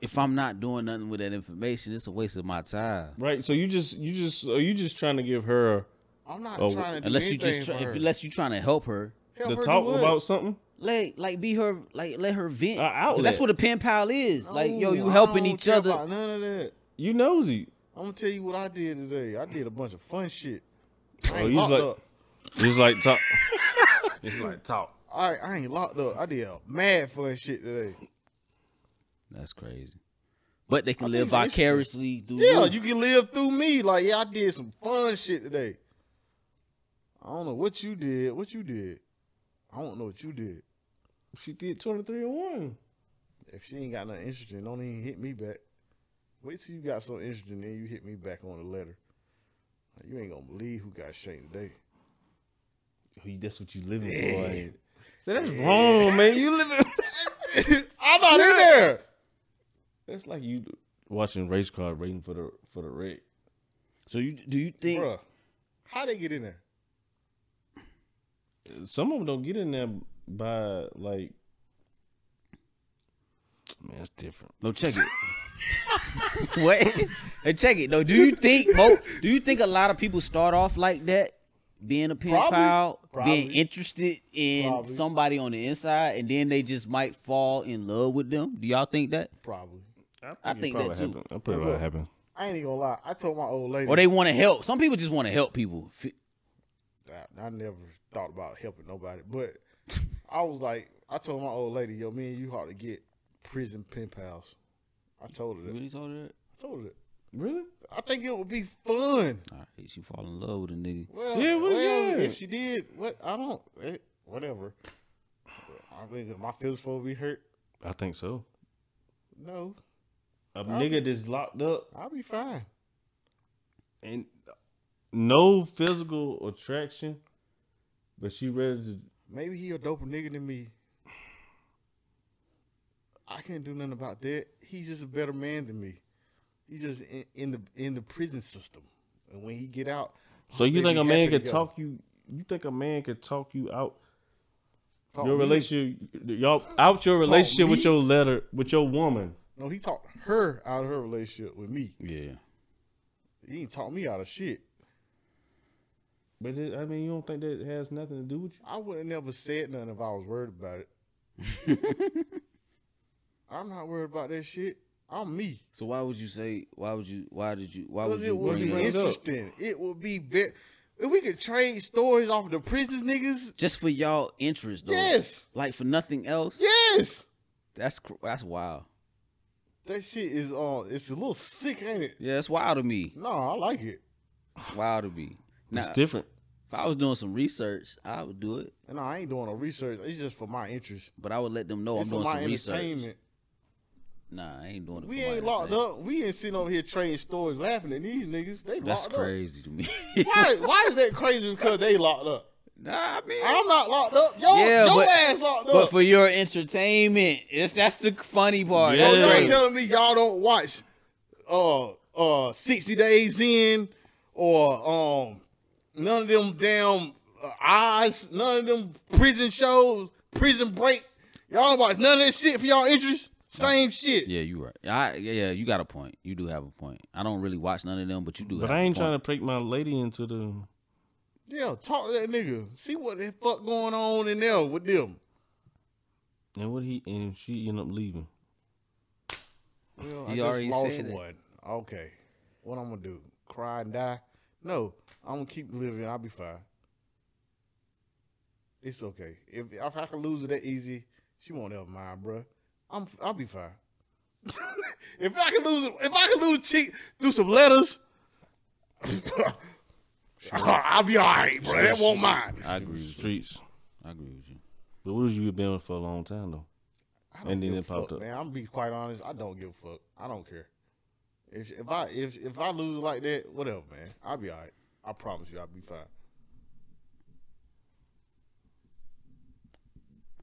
S1: if I'm not doing nothing with that information, it's a waste of my time.
S2: Right, so you just you just are you just trying to give her
S3: I'm not
S2: Oh,
S3: trying to do
S1: Unless you
S3: anything
S1: just try,
S3: for her.
S1: if, unless you trying to help her,
S3: Help
S2: to
S3: her do
S2: talk
S3: what?
S2: about something?
S1: let like be her like let her vent.
S2: A outlet.
S1: That's what a pen pal is. like yo,
S3: No,
S1: you
S3: I
S1: helping
S3: don't
S1: each
S3: care
S1: other.
S3: about none of that.
S2: You nosy.
S3: I'm gonna tell you what I did today. I did a bunch of fun shit. I
S2: Oh,
S3: ain't
S2: you
S3: locked
S2: like-
S3: up.
S2: Just like talk
S4: It's like talk.
S3: I, I ain't locked up. I did mad fun shit today.
S1: That's crazy. But they can live
S3: think it's
S1: vicariously through
S3: Yeah,
S1: you.
S3: you can live through me. Like, yeah, I did some fun shit today. I don't know what you did. What you did? I don't know what you did.
S2: she did twenty three and one.
S3: If she ain't got nothing interesting, don't even hit me back. Wait till you got so interesting, then you hit me back on the letter. Like, you ain't gonna believe who got shanked today.
S2: That's what Oh, you living for. So that's wrong, man. You living
S3: I'm not in there.
S2: That's like you watching race car waiting for the for the wreck.
S1: So you do you think
S3: Bruh, how they get in there?
S2: Some of them don't get in there by like man, it's different.
S1: No, check it. what? And check it. No, do you think mo- do you think a lot of people start off like that being a pen
S3: Probably.
S1: pal, being
S3: Probably.
S1: interested in
S3: Probably.
S1: somebody on the inside, and then they just might fall in love with them. Do y'all think that?
S3: Probably.
S1: I think that too.
S2: I put it
S3: will.
S2: what happened.
S3: I ain't even gonna lie. I told my old lady.
S1: Or they want to help. Some people just want to help people. F-
S3: I, I never thought about helping nobody, but I was like, I told my old lady, yo, me and you ought to get prison pen pals. I told her
S1: You
S3: that.
S1: really told her that?
S3: I told her that.
S2: Really?
S3: I think it would be fun.
S1: All right, she fall in love with a nigga.
S3: Well,
S2: Yeah, well,
S3: well,
S2: yeah.
S3: if she did, what I don't, eh, whatever. I think my feelings supposed to be hurt.
S2: I think so.
S3: No,
S2: A nigga that's locked up
S3: I'll be fine.
S2: and no physical attraction, but she ready to.
S3: Maybe he a doper nigga than me. I can't do nothing about that. He's just a better man than me. He's just in, in the in the prison system, and when he get out,
S2: So you
S3: They
S2: think
S3: be
S2: a man
S3: happy
S2: could
S3: together.
S2: talk you? You think a man could talk you out
S3: talk
S2: your
S3: Oh, me.
S2: relationship? Y'all out your relationship
S3: me.
S2: with your letter with your woman?
S3: No, he talked her out of her relationship with me.
S1: Yeah.
S3: He ain't talk me out of shit.
S2: But it, I mean, you don't think that has nothing to do with you?
S3: I wouldn't never said nothing if I was worried about it. I'm not worried about that shit. I'm me.
S1: So why would you say? Why would you? Why did you? Why would
S3: Because
S1: you
S3: it would
S1: bring
S3: be
S1: that?
S2: it up?
S3: interesting. It would be very. If we could trade stories off of the prison niggas,
S1: Just for y'all interest, though.
S3: yes,
S1: Like for nothing else.
S3: yes.
S1: That's cr- that's wild.
S3: That shit is uh, it's a little sick, ain't it?
S1: Yeah, that's wild to me.
S3: No, I like it,
S1: It's wild to me. Now,
S2: It's different.
S1: if I was doing some research, I would do it,
S3: and I ain't doing no research. It's just for my interest.
S1: but I would let them know
S3: it's
S1: Oh, I'm
S3: for
S1: doing
S3: my
S1: some research.
S3: entertainment.
S1: Nah, I ain't doing it.
S3: We
S1: for my
S3: ain't locked
S1: entertainment.
S3: up. We ain't sitting over here trading stories, laughing at these niggas. They
S1: That's
S3: locked
S1: crazy to me.
S3: up. Why? Why is that crazy? Because they locked up.
S1: nah, I mean,
S3: I'm not locked up. Yo,
S1: Yeah,
S3: your
S1: but-
S3: ass locked up.
S1: but for your entertainment, it's that's the funny part.
S2: Yeah.
S1: That's
S3: So y'all
S1: crazy.
S3: telling me y'all don't watch uh uh 60 Days In or um none of them damn uh, eyes, none of them prison shows, prison break. Y'all don't watch none of that shit for y'all interest. Same shit.
S1: Yeah, you right. I, yeah, yeah, you got a point. You do have a point. I don't really watch none of them, but you do.
S2: But
S1: have
S2: I ain't
S1: a point.
S2: trying to break my lady into the.
S3: Yeah, talk to that nigga. See what the fuck going on in there with them.
S2: And what he and she end up leaving.
S3: Well,
S1: He
S3: I just
S1: already
S3: lost
S1: said it.
S3: one. Okay. What I'm gonna do? Cry and die? No, I'm gonna keep living. I'll be fine. It's okay. If if I can lose it that easy, she won't ever mind, bruh. I'm I'll be fine. if I can lose it, if I can lose cheek through some letters, I'll be all right, bro. That won't mind.
S1: I agree with you.
S2: Streets.
S1: I agree with you.
S2: But what was you been with for a long time though?
S3: I don't
S2: And then
S3: give a
S2: it popped
S3: fuck,
S2: up.
S3: Man, I'm gonna be quite honest. I don't give a fuck. I don't care. If if I if if I lose like that, whatever, man. I'll be all right. I promise you, I'll be fine.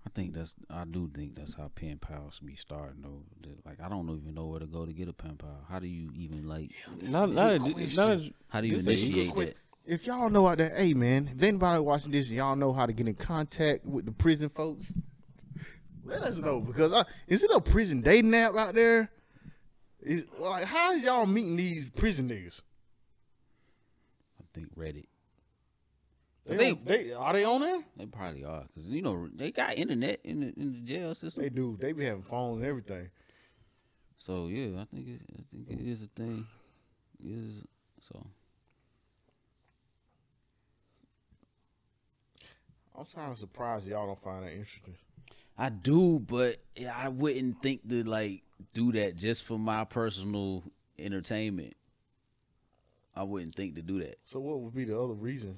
S1: I think that's. I do think that's how pen pals be starting though. That, Like I don't even know where to go to get a pen pal. How do you even like?
S2: Not not not.
S1: How do you
S3: This is a good
S1: initiate that?
S3: question. If y'all know out there, hey man, if anybody watching this, y'all know how to get in contact with the prison folks. Let us know because I, is it a prison dating app out there? Is like how is y'all meeting these prison niggas?
S1: I think Reddit.
S3: They,
S1: They-
S3: don't- they are they on there?
S1: They probably are because you know they got internet in the in the jail system.
S3: They do. They be having phones and everything.
S1: So yeah, I think it, I think it is a thing. It is so
S3: I'm kind of surprised y'all don't find that interesting.
S1: I do, but yeah, I wouldn't think to like do that just for my personal entertainment. I wouldn't think to do that.
S3: So what would be the other reason?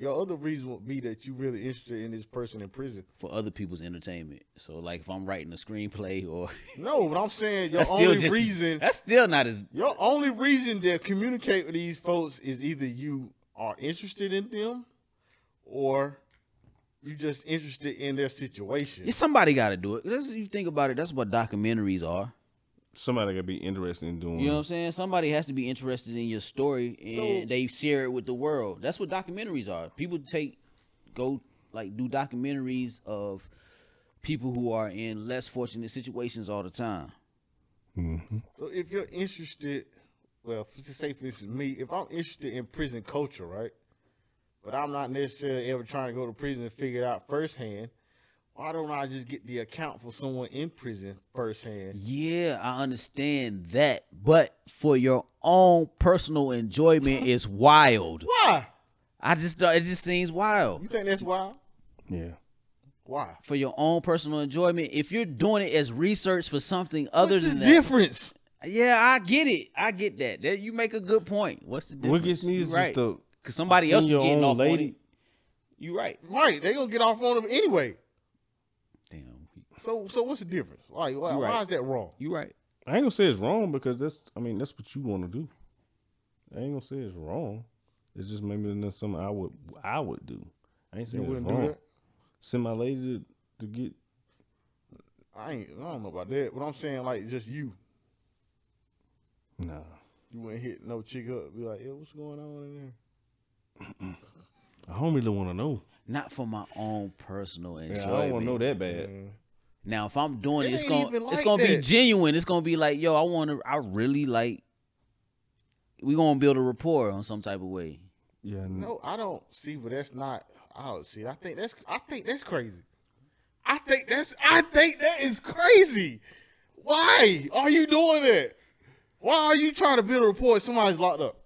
S3: Your other reason would be that you really interested in this person in prison.
S1: for other people's entertainment. So like if I'm writing a screenplay or
S3: No, but I'm saying your
S1: that's still
S3: only
S1: just
S3: reason
S1: that's still not as
S3: your only reason to communicate with these folks is either you are interested in them or you just interested in their situation.
S1: yeah, somebody got to do it. That's, you think about it, that's what documentaries are.
S2: Somebody gotta be interested in doing.
S1: You know what I'm saying? Somebody has to be interested in your story and
S3: So-
S1: they share it with the world. That's what documentaries are. People take go like do documentaries of people who are in less fortunate situations all the time.
S3: So if you're interested, well, f- to say for instance me, if I'm interested in prison culture, right? But I'm not necessarily ever trying to go to prison and figure it out firsthand. Why don't I just get the account for someone in prison firsthand?
S1: Yeah, I understand that, but for your own personal enjoyment, it's wild.
S3: Why?
S1: I just it just seems wild
S3: You think that's why?
S2: Yeah.
S3: Why?
S1: for your own personal enjoyment. If you're doing it as research for something other
S3: What's
S1: than
S3: the
S1: that,
S3: difference?
S1: yeah, I get it. I get that. That you make a good point. What's the difference?
S2: What gets me
S1: You
S2: is
S1: right.
S2: just the
S1: because somebody
S2: seeing
S1: else is
S2: your
S1: getting
S2: own
S1: off on
S2: lady.
S1: it. You right.
S3: Right, they gonna get off on them anyway.
S1: Damn,
S3: So, so what's the difference? Like, why,
S1: You
S3: why
S1: right.
S3: is that wrong?
S1: you right.
S2: I ain't gonna say it's wrong because that's I mean that's what you want to do. I ain't gonna say it's wrong. It's just maybe that's something I would I would do. I ain't
S3: You
S2: saying it's
S3: wouldn't
S2: wrong.
S3: do that.
S2: Send my lady to, to get
S3: I ain't. I don't know about that. But I'm saying, like, just you.
S2: nah.
S3: You wouldn't hit no chick up. Be like, yo, what's going on in there?
S2: I don't really want to know.
S1: Not for my own personal
S2: Yeah,
S1: enjoyment.
S2: I don't want to know that bad.
S1: Now, if I'm doing
S3: It
S1: it, it's
S3: ain't
S1: gonna
S3: even
S1: it's
S3: like
S1: gonna be
S3: that.
S1: genuine. It's gonna be like, yo, I want to, I really like. We gonna build a rapport on some type of way.
S2: Yeah, n-
S3: No, I don't see. But that's not. I don't see. I think that's. I think that's crazy. I think that's. I think that is crazy. Why are you doing that? Why are you trying to build a report? Somebody's locked up.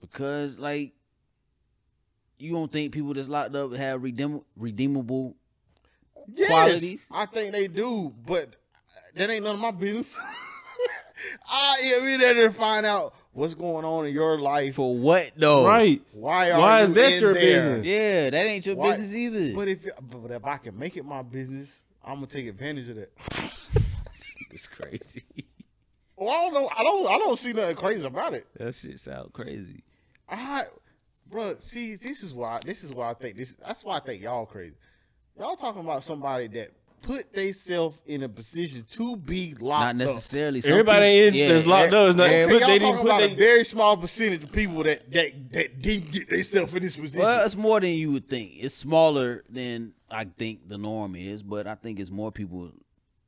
S1: because like you don't think people that's locked up have redeem- redeemable
S3: Yes,
S1: Qualities?
S3: I think they do, but that ain't none of my business. I am in there to find out what's going on in your life.
S1: for what though?
S2: right.
S3: Why are
S2: Why is
S3: you
S2: that
S3: in
S2: your
S3: there?
S2: business?
S1: Yeah, that ain't your
S3: Why-
S1: business either.
S3: But if but if I can make it my business, I'm gonna take advantage of that.
S1: it's crazy.
S3: Well, I don't know. I don't. I don't see nothing crazy about it.
S1: that shit sound crazy.
S3: I, bro. See, this is why. This is why I think this. That's why I think y'all crazy. Y'all talking about somebody that put themselves in a position to be locked
S1: Not
S3: up.
S1: necessarily. Some
S2: Everybody ain't
S1: people- e-
S2: that's locked up is not.
S3: Okay,
S2: but
S3: y'all
S2: they
S3: talking
S2: didn't
S3: about
S2: put
S3: a
S2: they,
S3: very small percentage of people that that that didn't get themselves in this position.
S1: Well, it's more than you would think. It's smaller than I think the norm is, but I think it's more people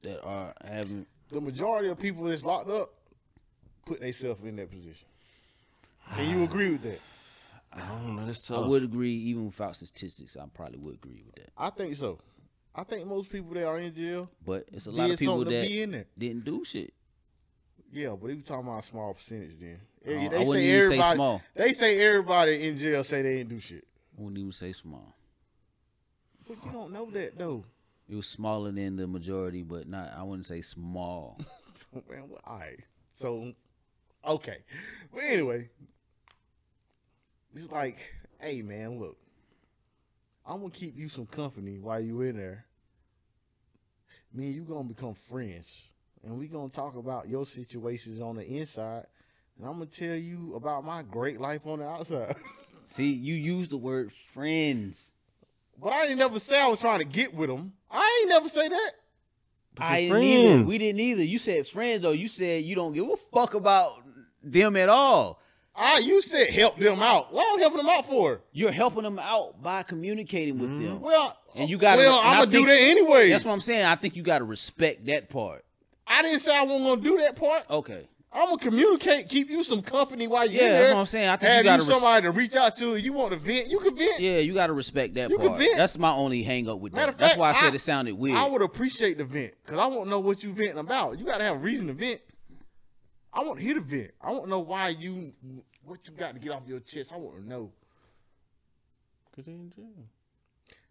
S1: that are having.
S3: The majority of people that's locked up put themselves in that position. Can
S1: Ah.
S3: you agree with that?
S2: I don't know. That's
S1: I
S2: tough.
S1: would agree, even without statistics, I probably would agree with that.
S3: I think so. I think most people that are in jail
S1: But it's a lot
S3: did
S1: of people
S3: something to be
S1: that
S3: in there.
S1: didn't do shit.
S3: Yeah, but we talking about a small percentage then.
S1: don't- Oh, I
S3: they
S1: wouldn't
S3: say
S1: even say
S3: everybody.
S1: small.
S3: They say everybody in jail say they didn't do shit.
S1: I wouldn't even say small.
S3: But you don't know that though.
S1: It was smaller than the majority, but not. I wouldn't say small.
S3: Man, well, all right. So, okay. But anyway, it's like, hey, man, look, I'm gonna keep you some company while you in there. Me and you gonna become friends, and we gonna talk about your situations on the inside, and I'm gonna tell you about my great life on the outside.
S1: See, you use the word friends.
S3: but I didn't never say I was trying to get with them. I ain't never say that.
S2: you're
S1: I didn't either.
S2: friends.
S1: We didn't either. You said friends, though. You said you don't give a fuck about them at all.
S3: I you said help them out. What am I helping them out for?
S1: You're helping them out by communicating with them.
S2: Mm-hmm.
S3: Well,
S1: And you gotta-
S3: Well,
S1: and
S3: I'm
S1: I
S3: gonna do
S1: think-
S3: that anyway.
S1: That's what I'm saying. I think you got to respect that part.
S3: I didn't say I wasn't gonna do that part.
S1: Okay.
S3: I'm gonna communicate, keep you some company while you're
S1: Yeah,
S3: there.
S1: that's what I'm saying. I think you
S3: Have you,
S1: gotta res-
S3: somebody to reach out to. You want to vent? You can vent.
S1: Yeah, you got to respect that
S3: You
S1: part.
S3: convinced-
S1: That's my only hang up with
S3: Matter
S1: that.
S3: of
S1: That's
S3: fact,
S1: why I said
S3: I-
S1: it sounded weird.
S3: I would appreciate the vent because I want to know what you venting about. You gotta have a reason to vent. I want to hear the vent. I want to know why you, what you got to get off your chest. I want to know.
S2: 'Cause they in jail.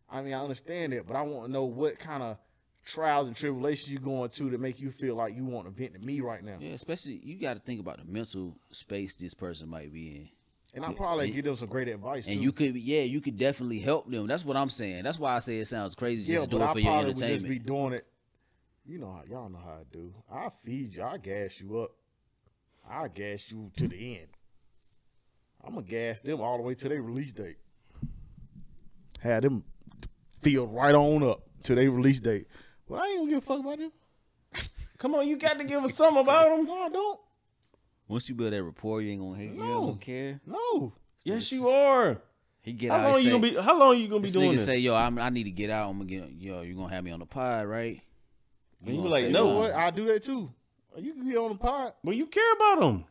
S3: I mean, I understand it, but I want to know what kind of trials and tribulations you going to to make you feel like you want to vent to me right now.
S1: yeah, especially you got to think about the mental space this person might be in.
S3: And I probably give them some great advice.
S1: And
S3: too.
S1: you could, yeah, you could definitely help them. That's what I'm saying. That's why I say it sounds crazy just
S3: yeah,
S1: to do
S3: but
S1: it
S3: I
S1: for your
S3: probably would just
S1: entertainment.
S3: be doing it. You know, how y'all know how I do. I feed you. I gas you up. I gas you to the end. I'm gonna gas them all the way till they release date. Have them feel right on up till they release date. Well, I ain't gonna give a fuck about them.
S2: Come on, you got to give us something about them.
S3: No, I don't.
S1: Once you build that rapport, you ain't gonna hate. You
S3: No.
S1: ain't gonna care.
S3: No.
S2: Yes, you are.
S1: He get
S2: How
S1: out.
S2: long
S1: he
S2: you
S1: say,
S2: gonna be? How long you gonna be
S1: this
S2: doing
S1: nigga
S2: this?
S1: say, "Yo, I'm, I need to get out. I'm gonna get. Yo, you gonna have me on the pod, right?"
S2: And you
S1: gonna
S2: be like,
S1: say,
S2: no.
S3: You know what? I do that too. You can get on the pod.
S2: well, you care about them.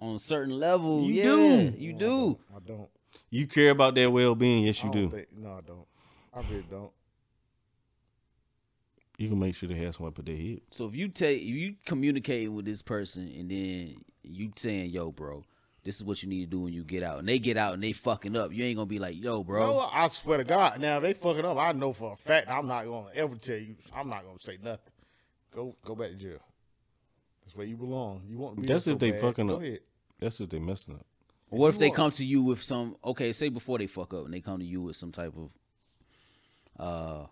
S1: On a certain level,
S2: You
S1: yeah,
S2: do.
S1: you
S3: No,
S1: do.
S3: I don't. I don't.
S2: You care about their well being. Yes, you
S3: I don't
S2: do.
S3: Think, no, I don't. I really don't.
S2: you can make sure they have someone put their head.
S1: So if you take if you communicating with this person and then you saying, "Yo, bro, this is what you need to do when you get out," and they get out and they fucking up, you ain't gonna be like, "Yo, bro."
S3: No, I swear to God. Now if they fucking up. I know for a fact I'm not gonna ever tell you. I'm not gonna say nothing. Go go back to jail. That's where you belong. You want to be
S2: That's
S3: there
S2: if
S3: so
S2: they
S3: bad.
S2: fucking
S3: Go
S2: up.
S3: Ahead.
S2: That's if they messing up.
S1: What if
S3: you
S1: they
S3: are-
S1: come to you with some okay, say before they fuck up and they come to you with some type of uh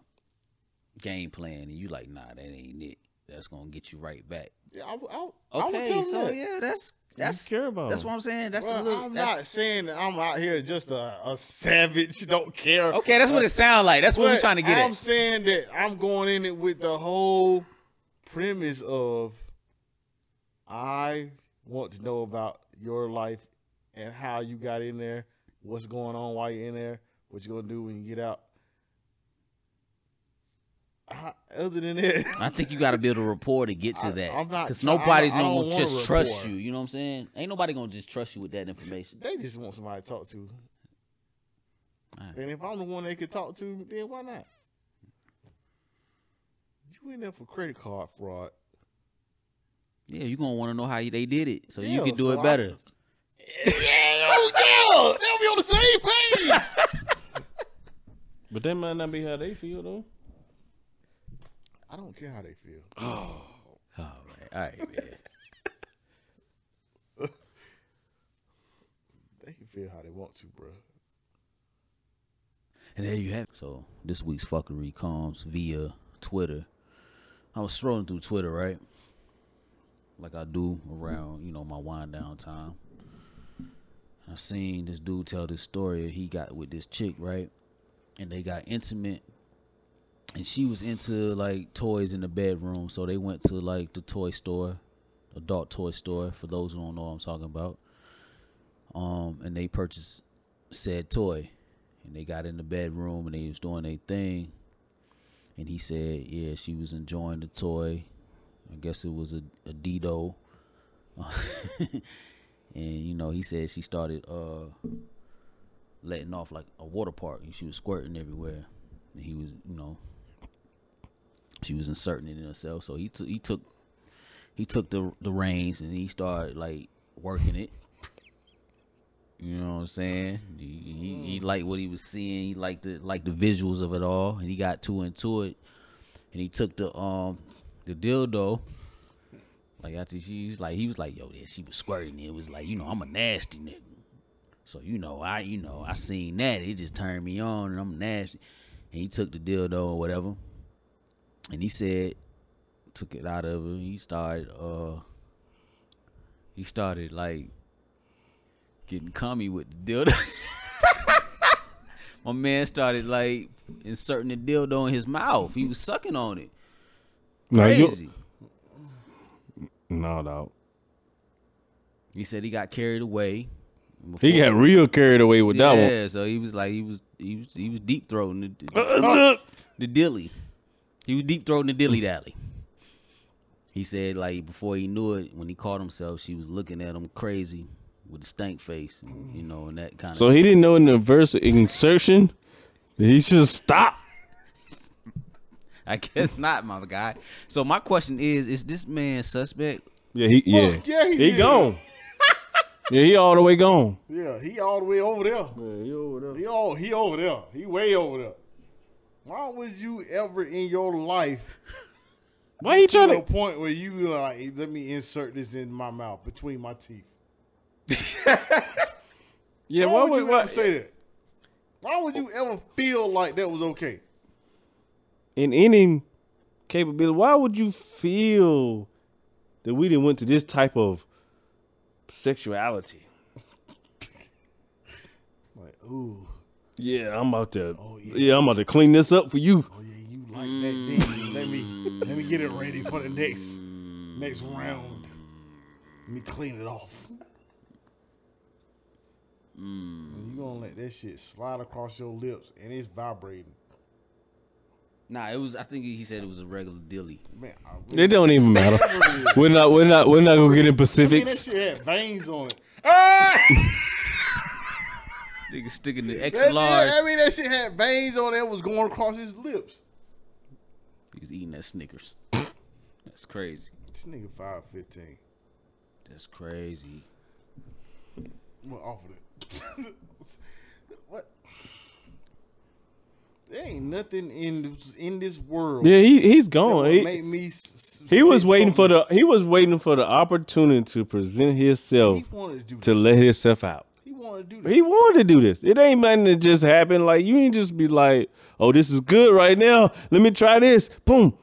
S1: game plan and you like, nah, that ain't it. That's gonna get you right back.
S3: Yeah, I, would- I, would- I would
S1: Okay,
S3: tell
S1: so
S3: them that.
S1: yeah, that's that's
S2: care about
S1: that's
S2: them.
S1: what I'm saying. That's
S3: Well,
S1: a little
S3: I'm
S1: that's-
S3: not saying that I'm out here just a, a savage, don't care.
S1: Okay, that's what it sound like. That's what we're
S3: But
S1: trying to get
S3: I'm
S1: at.
S3: saying that I'm going in it with the whole premise of I want to know about your life and how you got in there, what's going on while you're in there, what you're gonna do when you get out. I, other than that,
S1: I think you got to build a rapport to get to
S3: I-
S1: that.
S3: I'm not
S1: Because
S3: try- I don't-
S1: nobody's
S3: I don't
S1: going to
S3: want a
S1: just trust
S3: rapport.
S1: you. You know what I'm saying? Ain't nobody going to just trust you with that information.
S3: they just want somebody to talk to.
S1: Alright.
S3: And if I'm the one they could talk to, then why not? You in there for credit card fraud.
S1: Yeah, you're going to want to know how you- they did it so you
S3: Yeah,
S1: can do
S3: so
S1: it
S3: I-
S1: better.
S3: Oh, yeah, they'll be on the same page.
S2: But that might not be how they feel though.
S3: I don't care how they feel.
S1: All right, all right, man.
S3: They can feel how they want to, bro.
S1: And there you have it. So this week's fuckery comes via Twitter. I was scrolling through Twitter, right? Like I do around, you know, my wind down time. And I seen this dude tell this story he got with this chick, right? And they got intimate. And she was into like toys in the bedroom. So they went to like the toy store, adult toy store, for those who don't know what I'm talking about. Um, and they purchased said toy and they got in the bedroom and they was doing their thing and he said yeah she was enjoying the toy i guess it was a, a dido and you know he said she started uh letting off like a water park and she was squirting everywhere and he was you know she was inserting it in herself so he took he took he took the the reins and he started like working it you know what I'm saying? He, he, he liked what he was seeing. He liked the like the visuals of it all, and he got too into it. And he took the um the dildo. Like after she was like, he was like, "Yo, yeah, she was squirting." It was like, you know, I'm a nasty nigga. So you know, I you know, I seen that. It just turned me on, and I'm nasty. And he took the dildo or whatever, and he said, took it out of her. He started uh, he started like getting cummy with the dildo. My man started like inserting the dildo in his mouth. He was sucking on it.
S2: No,
S1: Crazy.
S2: no, no.
S1: He said he got carried away.
S2: He got real carried away with
S1: yeah,
S2: that
S1: so he was like he was he was he was deep throating the,
S2: one.
S1: the dilly. He was deep throating the dilly dally. He said like before he knew it, when he caught himself, she was looking at him crazy with the stank face, and, you know, and that kind of.
S2: So he didn't know in the verse insertion. He should stop.
S1: I guess not, my guy. So my question is: Is this man suspect?
S2: Yeah, he yeah.
S3: Fuck yeah, he
S2: he
S3: is.
S2: gone. yeah, he all the way gone.
S3: Yeah, he all the way over there. He all he over there. He way over there. Why would you ever in your life
S2: Why he
S3: to
S2: trying
S3: a
S2: to?
S3: point where you be like, let me insert this in my mouth between my teeth?
S2: Yeah,
S3: Why
S2: why
S3: would,
S2: would
S3: you
S2: why-
S3: ever say that? Why would you ever feel like that was okay?
S2: in any capability? Why would you feel that we didn't went to this type of sexuality?
S3: Like, ooh,
S2: Yeah, I'm about to.
S3: yeah.
S2: Oh, yeah. I'm about to clean this up for you.
S3: oh yeah, you like that thing. Let me let me get it ready for the next next round. Let me clean it off. You gonna let that shit slide across your lips and it's vibrating.
S1: Nah, it was. I think he said it was a regular dilly.
S3: Man, I really
S2: It don't even matter. we're not. We're not. We're not gonna get in
S3: I mean, that
S2: Pacifics.
S3: shit had veins on it.
S1: Nigga sticking the
S3: That
S1: extra
S3: nigga-
S1: large.
S3: I mean, that shit had veins on it. It was going across his lips.
S1: He was eating that Snickers. That's crazy.
S3: This nigga five fifteen.
S1: That's crazy.
S3: What off of it? what? There ain't nothing in this, in this world.
S2: Yeah, he he's
S3: that
S2: gone.
S3: would
S2: Oh, He-
S3: make me s- s-
S2: He was
S3: sit
S2: waiting for
S3: something.
S2: the he was waiting for the opportunity to present himself
S3: He wanted to do.
S2: to
S3: that.
S2: let himself out.
S3: He wanted to do. That.
S2: He wanted to do this. It ain't nothing that just happened. Like you ain't just be like, "Oh, this is good right now. Let me try this." Boom.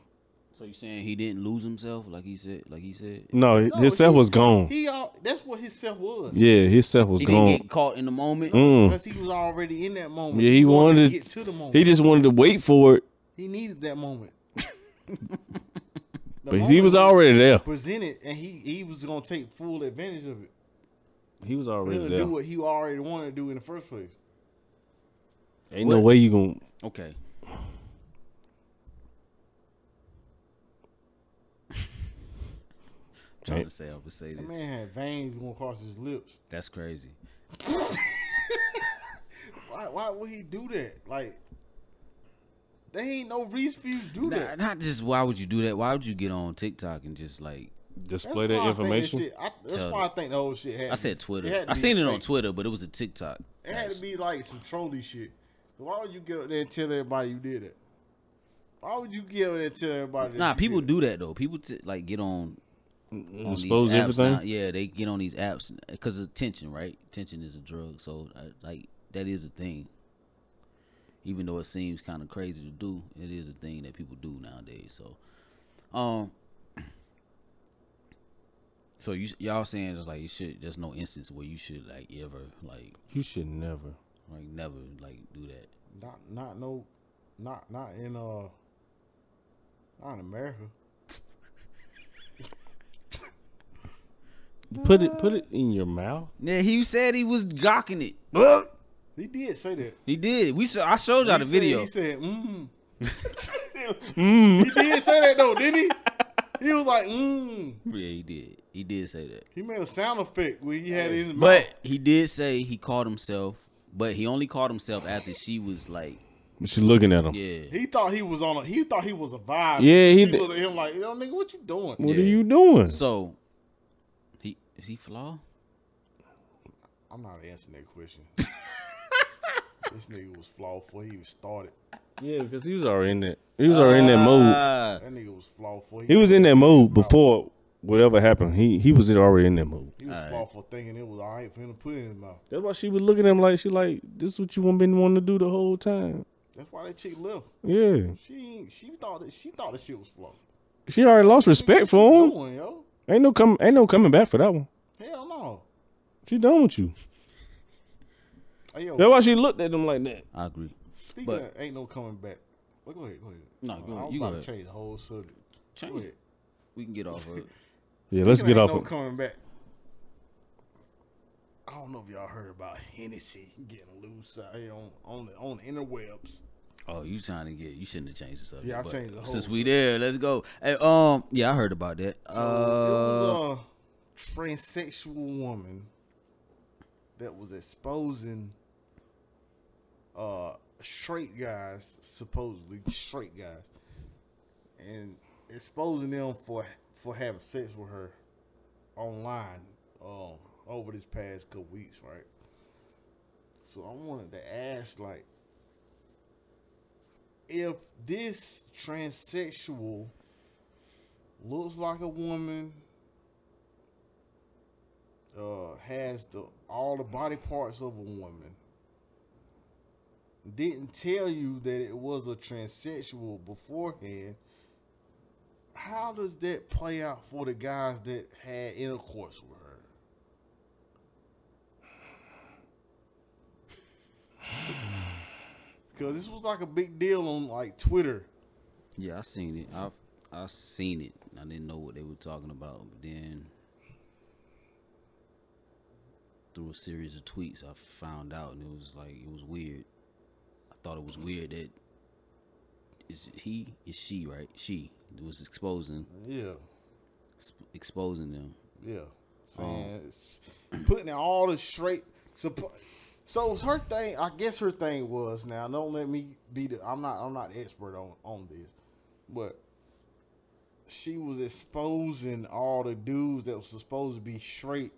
S1: So you saying he didn't lose himself, like he said, like he said?
S2: No,
S3: No,
S2: himself
S3: he-
S2: was gone.
S3: He all, that's what his self was.
S2: yeah, himself was
S1: He
S2: gone.
S1: didn't get caught in the moment.
S3: Because he was already in that moment.
S2: Mm. yeah, he wanted.
S3: to get to the moment.
S2: He
S3: He,
S2: just wanted to wait for it,
S3: needed that moment.
S2: but he was already there.
S3: presented, and he he was gonna take full advantage of it.
S2: He was
S3: He
S2: already
S3: gonna do
S2: there.
S3: what he already wanted to do in the first place.
S2: Ain't no way you gonna.
S1: Okay. trying to say I would say
S3: That
S1: this.
S3: man had veins going across his lips.
S1: That's crazy.
S3: Why why would he do that? Like, there ain't no reason for you to
S1: Not,
S3: do that.
S1: not just why would you do that? Why would you get on TikTok and just like
S3: That's
S2: Display
S3: why
S2: that
S3: I think this
S2: information.
S3: shit- I- that's
S1: Tell
S3: why I think the whole shit had.
S1: I
S3: to
S1: said
S3: be- it
S1: Twitter.
S3: had to
S1: I
S3: be
S1: seen it on
S3: fake.
S1: Twitter, but it was a TikTok.
S3: It had to be like some trolley shit. Why would you get up there and tell everybody you did it? Why would you get up there and tell everybody? that
S1: Nah,
S3: you
S1: people
S3: did
S1: do that though. People t- like get on on these
S2: Expose
S1: apps
S2: everything?
S1: now. Yeah, they get on these apps because of tension, right? Tension is a drug, so I, like that is a thing. Even though it seems kind of crazy to do, it is a thing that people do nowadays. So, um, so you y'all saying it's like you should. There's no instance where you should like ever like
S2: You should never.
S1: like never like do that.
S3: it? Not, not no, not not in uh, not in America.
S2: Put it put it in your mouth.
S1: Yeah, he said he was gawking it.
S3: He did say that.
S1: He did. We saw, I showed y'all the
S3: He said-
S1: video.
S3: He said, "Mm." He
S1: Mm.
S3: did say that though, didn't he? He was like, "Mm."
S1: Yeah, he did. He did say that.
S3: He made a sound effect where he had it in his mouth.
S1: But he did say he called himself, but he only called himself after she was like,
S2: She looking at him.
S1: yeah.
S3: He thought he was on a. He thought he was a vibe.
S2: Yeah, he
S3: he
S2: did.
S3: looked at him like, "Yo, nigga, what you doing?"
S2: What
S1: Yeah.
S2: are you doing?
S1: So he is he flawed?
S3: I'm not answering that question. this nigga was flawed before he even started.
S2: Yeah, because he was already in that. He was already in that mode.
S1: Uh,
S3: That nigga was flawed before
S2: He was in that mode
S3: No.
S2: before whatever happened. He he was already in that mode.
S3: He was flawed for thinking it was all right for him to put it in his mouth.
S2: That's why she was looking at him like she like this is what you want been wanting to do the whole time.
S3: That's why that chick left.
S2: Yeah,
S3: She ain't- she thought that she thought the shit was flawed.
S2: she already lost respect
S3: What you
S2: for him.
S3: doing, yo?
S2: Ain't no come ain't no coming back for that one.
S3: Hell no.
S2: She done with you.
S3: Hey,
S2: That's
S3: yo,
S2: why she looked at him like that.
S1: I agree.
S3: speaking
S1: but-
S3: of ain't no coming back. Well, go ahead, go ahead.
S1: No,
S3: I-
S1: go-
S3: I was
S1: you go
S3: about
S1: ahead.
S3: to change the whole subject. Go
S1: Change
S3: ahead.
S1: it. We can get off of it.
S2: Yeah, let's
S3: Speaking
S2: get
S3: of
S2: off.
S3: ain't
S2: of
S3: no coming back. I don't know if y'all heard about Hennessy getting loose out here on on the on the interwebs.
S1: Oh, you trying to get? You shouldn't have changed the subject.
S3: Yeah, I
S1: but
S3: changed the whole
S1: Since we there, let's go. Hey, um, yeah, I heard about that.
S3: So
S1: uh,
S3: it was a transsexual woman that was exposing uh straight guys, supposedly straight guys, and exposing them for for having sex with her online um over this past couple weeks, right? So I wanted to ask like if this transsexual looks like a woman, uh, has the all the body parts of a woman. Didn't tell you that it was a transsexual beforehand. How does that play out for the guys that had intercourse with her? Because this was like a big deal on like Twitter.
S1: yeah, I seen it. I I seen it. I didn't know what they were talking about, but then through a series of tweets, I found out, and it was like it was weird. I thought it was weird that is it he is she right? She was exposing
S3: Yeah.
S1: sp- exposing them.
S3: Yeah, saying it's- putting all the straight. suppo- So her thing, I guess her thing was now. Don't let me be the. I'm not. I'm not expert on on this, but she was exposing all the dudes that was supposed to be straight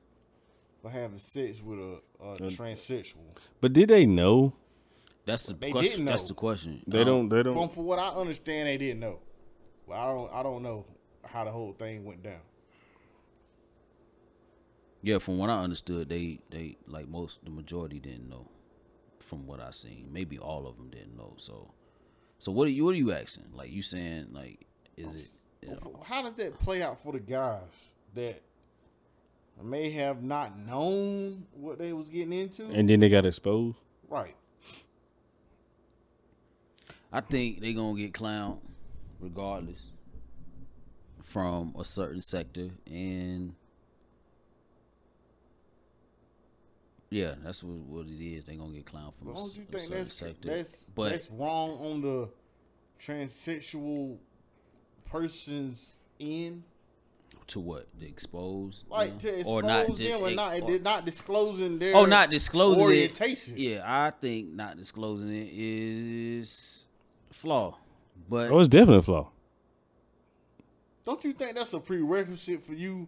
S3: for having sex with a, a transsexual.
S2: But did they know?
S1: That's the
S3: They
S1: question.
S3: didn't
S1: That's
S3: know.
S1: the question.
S2: They don't. They
S3: From
S2: don't.
S3: for what I understand, they didn't know. Well, I don't. I don't know how the whole thing went down.
S1: Yeah, from what I understood, they they like most the majority didn't know. From what I seen, maybe all of them didn't know. So, so what are you what are you asking? Like you saying like is it? You know,
S3: How does that play out for the guys that may have not known what they was getting into?
S2: And then they got exposed.
S3: right.
S1: I think they gonna get clowned regardless from a certain sector and. Yeah, that's what, what it is. They gonna get clowned from a,
S3: Don't
S1: s-
S3: you
S1: a
S3: think
S1: certain
S3: that's
S1: sector.
S3: that's
S1: but
S3: that's wrong on the transsexual person's end?
S1: to what? To expose, you
S3: Like
S1: know?
S3: to expose
S1: Mm-hmm. or not di-
S3: them or
S1: ex-
S3: not,
S1: or-
S3: did not disclosing their
S1: Oh, not disclosing it.
S3: orientation.
S1: Yeah, I think not disclosing it is flaw. But
S2: Oh, it's definitely a flaw.
S3: Don't you think that's a prerequisite for you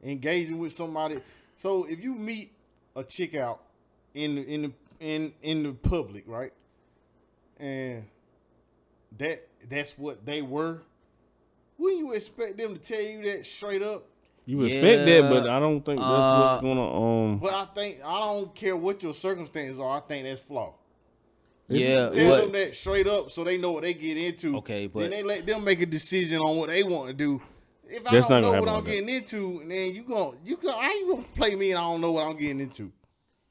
S3: engaging with somebody? So if you meet a chick out in the, in the in in the public, right, and that that's what they were, wouldn't you expect them to tell you that straight up?
S2: You expect that,
S1: Yeah,
S2: but I don't think that's
S1: uh,
S2: what's gonna. Um,
S3: But I think I don't care what your circumstances are. I think that's flaw.
S1: yeah,
S3: Tell
S1: but-
S3: them that straight up so they know what they get into.
S1: Okay, but-
S3: then they let them make a decision on what they want to do. If I
S2: That's not
S3: don't
S2: gonna
S3: know what I'm
S2: happen like
S3: getting into, then you gon' you gon' I ain't gonna play me and I don't know what I'm getting into.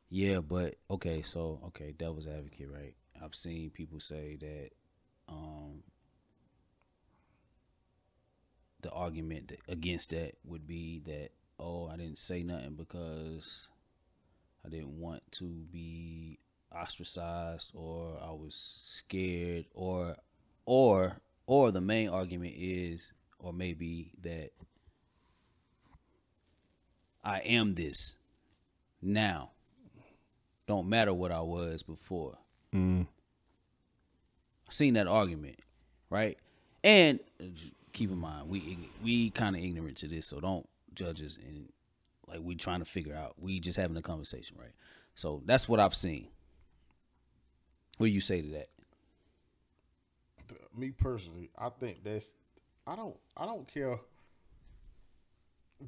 S1: yeah, but okay. So okay, devil's advocate, right? I've seen people say that um, the argument that, against that would be that oh, I didn't say nothing because I didn't want to be ostracized or I was scared or or or the main argument is or maybe that I am this now. Don't matter what I was before.
S3: Mm.
S1: I've seen that argument, right? And uh, j- keep in mind, we ig- we kind of ignorant to this, so don't judge us. And like we trying to figure out, we just having a conversation, right? So that's what I've seen. What do you say to that?
S3: Me personally, I think that's I don't I don't care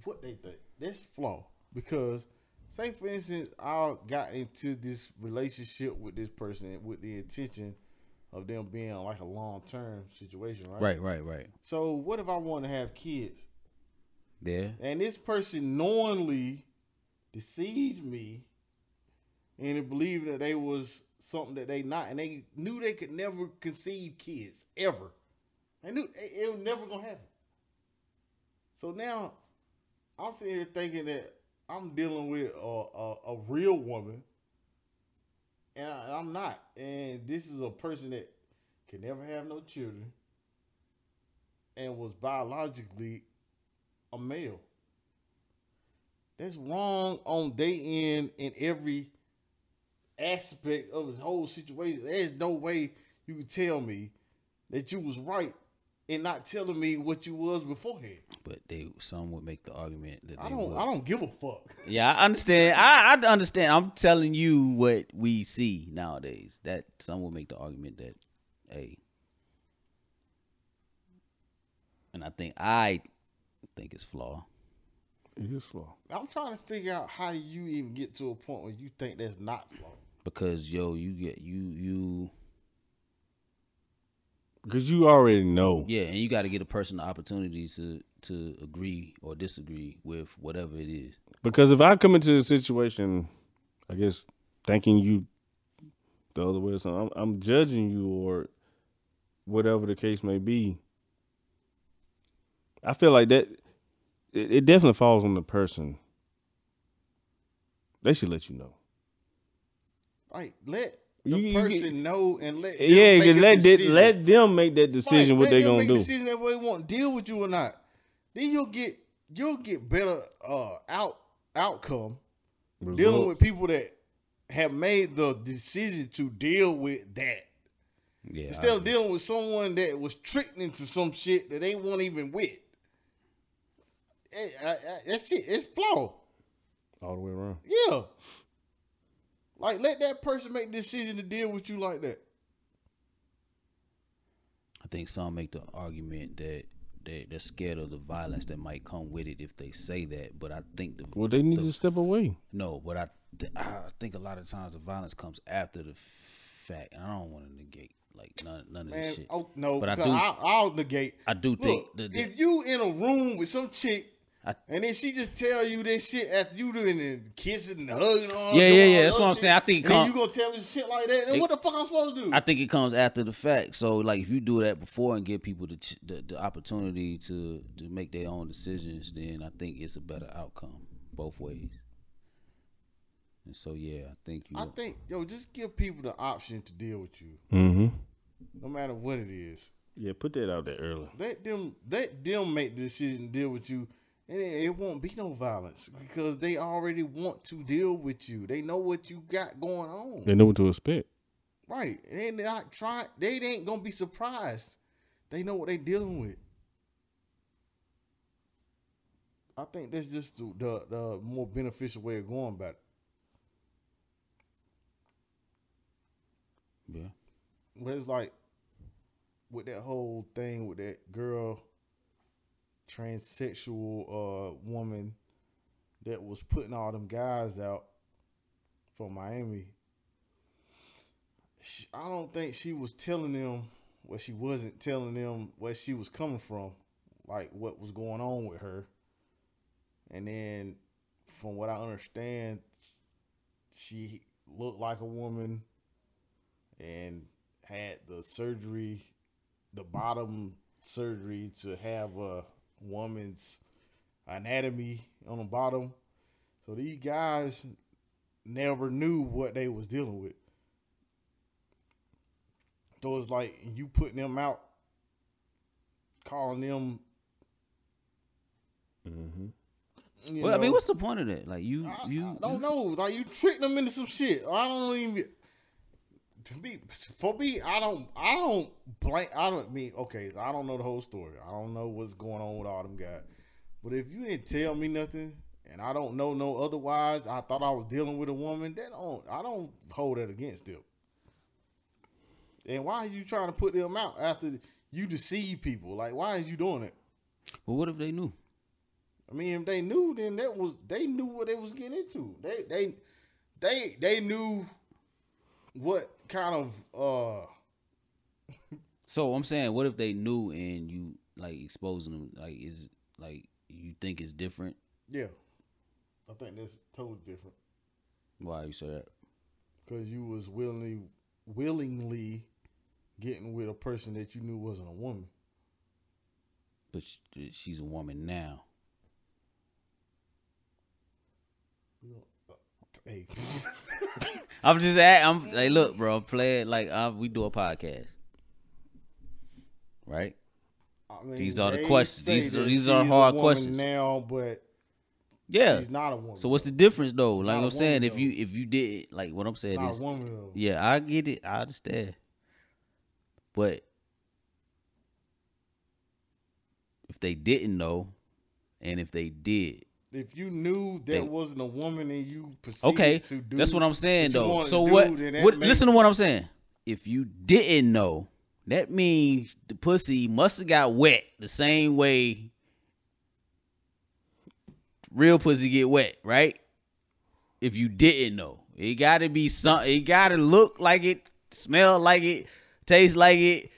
S3: what they think. That's flaw. Because say for instance, I got into this relationship with this person with the intention of them being like a long term situation, right?
S1: Right, right, right.
S3: So what if I want to have kids?
S1: Yeah,
S3: and this person knowingly deceived me into believing that they was something that they not, and they knew they could never conceive kids ever. They knew it, it was never gonna happen. So now I'm sitting here thinking that I'm dealing with a a, a real woman, and I, I'm not. And this is a person that can never have no children, and was biologically a male. That's wrong on day end in every aspect of his whole situation. There's no way you can tell me that you was right and not telling me what you was beforehand.
S1: but they some would make the argument that they
S3: I don't
S1: would.
S3: I don't give a fuck.
S1: Yeah, I understand. I, I understand. I'm telling you what we see nowadays. That some will make the argument that, hey, and I think I think it's flaw.
S2: it is flaw.
S3: I'm trying to figure out how do you even get to a point where you think that's not flaw.
S1: because yo, you get you you
S2: Cause you already know.
S1: yeah, and you got to get a person the opportunity to to agree or disagree with whatever it is.
S2: Because if I come into a situation, I guess thinking you the other way or something, I'm, I'm judging you or whatever the case may be. I feel like that it, it definitely falls on the person. They should let you know.
S3: Like let
S2: You-
S3: the
S2: you get-
S3: person know and let them
S2: yeah,
S3: make a
S2: let that,
S3: decision.
S2: let them make that decision
S3: Right,
S2: what
S3: let
S2: they
S3: them
S2: gonna
S3: make
S2: do.
S3: Decision that way they want to deal with you or not. Then you'll get you'll get better uh out outcome dealing
S2: Result.
S3: with people that have made the decision to deal with that
S1: Yeah.
S3: instead of dealing with someone that was tricked into some shit that they weren't even with. Eh, I- I- that shit it's flawed.
S2: all the way around.
S3: Yeah. Like let that person make the decision to deal with you like that.
S1: I think some make the argument that they they're scared of the violence that might come with it if they say that. But I think the
S2: Well, they need
S1: the-
S2: to step away.
S1: no. But I th- I think a lot of times the violence comes after the fact, and I don't want to negate like none none of
S3: Man,
S1: this shit.
S3: oh no,
S1: But I
S3: because
S1: do-
S3: I I'll negate.
S1: I do think
S3: Look,
S1: the, the-
S3: if you in a room with some chick
S1: I-
S3: and then she just tell you this shit after you doing and kissing and hugging and all
S1: Yeah,
S3: doing
S1: yeah,
S3: all
S1: yeah,
S3: the
S1: that's
S3: other
S1: what I'm
S3: shit,
S1: saying. I think it
S3: and then
S1: come-
S3: you gonna tell me shit like that. Then
S1: It-
S3: what the fuck I'm supposed to do?
S1: I think it comes after the fact. So like if you do that before and give people the ch- the, the opportunity to to make their own decisions, then I think it's a better outcome both ways. And so yeah, I think you.
S3: I think yo, just give people the option to deal with you,
S2: Mm-hmm.
S3: no matter what it is.
S4: Yeah, put that out there early.
S3: Let them let them make the decision to deal with you, and it, it won't be no violence because they already want to deal with you. They know what you got going on,
S2: They know what to expect.
S3: right? And they not try. They ain't gonna be surprised. They know what they dealing with. I think that's just the the, the more beneficial way of going about it.
S1: yeah.
S3: But it's like with that whole thing with that girl, transsexual uh woman that was putting all them guys out from Miami. She, I don't think she was telling them what she wasn't telling them where she was coming from, like what was going on with her. And then, from what I understand, she looked like a woman and had the surgery, the bottom surgery to have a woman's anatomy on the bottom. So these guys never knew what they was dealing with. So it's like you putting them out, calling them. Mm-hmm.
S1: Well, I mean, what's the point of that? Like you,
S3: I,
S1: you
S3: I don't know. Like you tricked them into some shit. I don't even. To me, for me, I don't. I don't blame. I don't mean. Okay, I don't know the whole story. I don't know what's going on with all them guys. But if you didn't tell me nothing, and I don't know no otherwise, I thought I was dealing with a woman. That don't. I don't hold that against them. And why are you trying to put them out after you deceive people? Like, why is you doing it?
S1: But what if they knew?
S3: I mean, if they knew, then that was they knew what they was getting into. They they they they knew what kind of uh
S1: So I'm saying, what if they knew and you like exposing them? Like is like you think it's different?
S3: yeah. I think that's totally different
S1: Why you say that?
S3: because you was willingly willingly getting with a person that you knew wasn't a woman.
S1: But sh- she's a woman now.
S3: Hey,
S1: I'm just at. I'm like, look, bro. I'm playing like I, we do a podcast, right?
S3: I mean,
S1: These are the
S3: they
S1: questions.
S3: say
S1: These are-
S3: that
S1: these are
S3: she's a
S1: hard
S3: woman
S1: questions.
S3: now, but
S1: Yeah.
S3: she's not a woman.
S1: So what's the difference though?
S3: not
S1: Like
S3: a
S1: I'm saying,
S3: woman,
S1: if
S3: though.
S1: you if you did like what I'm saying
S3: not
S1: is,
S3: a woman though.
S1: yeah, I get it. I understand. But if they didn't know, and if they did,
S3: If you knew that
S1: They-
S3: wasn't a woman and you proceeded
S1: okay,
S3: to do
S1: that's what I'm saying
S3: what you
S1: though.
S3: wanted
S1: So
S3: to
S1: what?
S3: do, then that
S1: what
S3: makes-
S1: listen to what I'm saying. If you didn't know, that means the pussy must have got wet the same way real pussy get wet, right? If you didn't know, it got to be some. It got to look like it, smell like it, taste like it.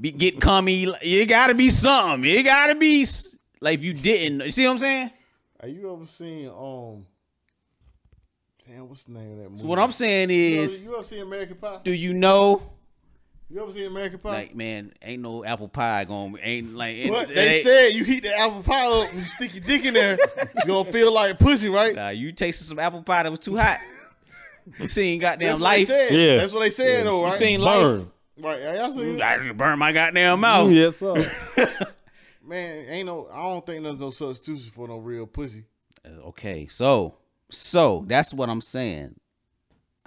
S1: Be, get cummy. It got to be something. It got to be s- like if you didn't. You see what I'm saying?
S3: Have you ever seen um? Damn, what's the name of that movie?
S1: What I'm saying
S3: you
S1: is,
S3: ever, you ever seen American Pie?
S1: do you know?
S3: You ever seen American Pie?
S1: Like man, ain't no apple pie going. Ain't like ain't-
S3: what they
S1: ain't-
S3: said, you heat the apple pie up and you stick your dick in there, you gonna feel like pussy, right?
S1: Nah, you tasted some apple pie that was too hot. you seen goddamn
S3: That's what they
S1: life.
S3: said.
S2: Yeah.
S3: That's what they said, though,
S1: You
S3: right?
S1: seen life.
S2: Burn. Oh.
S3: right? yeah, Y'all seen it?
S1: I just burned my goddamn mouth.
S2: Yes, sir.
S3: Man, ain't no. I don't think there's no substitution for no real pussy.
S1: Okay, so so that's what I'm saying.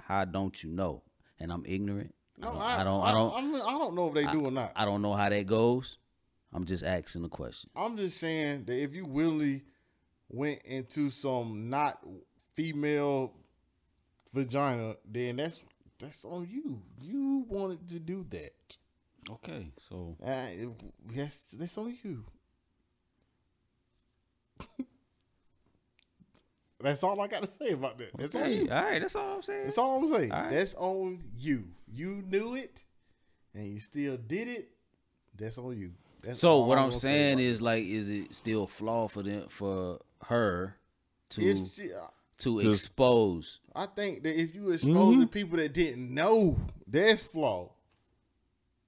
S1: how don't you know? And I'm ignorant.
S3: No,
S1: I don't- I
S3: I
S1: don't-
S3: I, mean, I don't know if they do or not.
S1: I don't know how that goes. I'm just asking the question.
S3: I'm just saying that if you willingly went into some not female vagina, then that's that's on you. You wanted to do that.
S1: Okay, so
S3: Uh, yes, that's on you. that's all I got to say about that. That's on you.
S1: all right, that's all I'm saying.
S3: That's all I'm saying.
S1: All right.
S3: That's on you. You knew it, and you still did it. That's on you. That's
S1: So
S3: all
S1: what I'm
S3: gonna say
S1: saying
S3: about
S1: is like, is it still flawed for them for her to
S3: it. If she- uh,
S1: to
S2: To-
S1: expose?
S3: I think that if you expose
S1: Mm-hmm.
S3: the people that didn't know, that's flawed.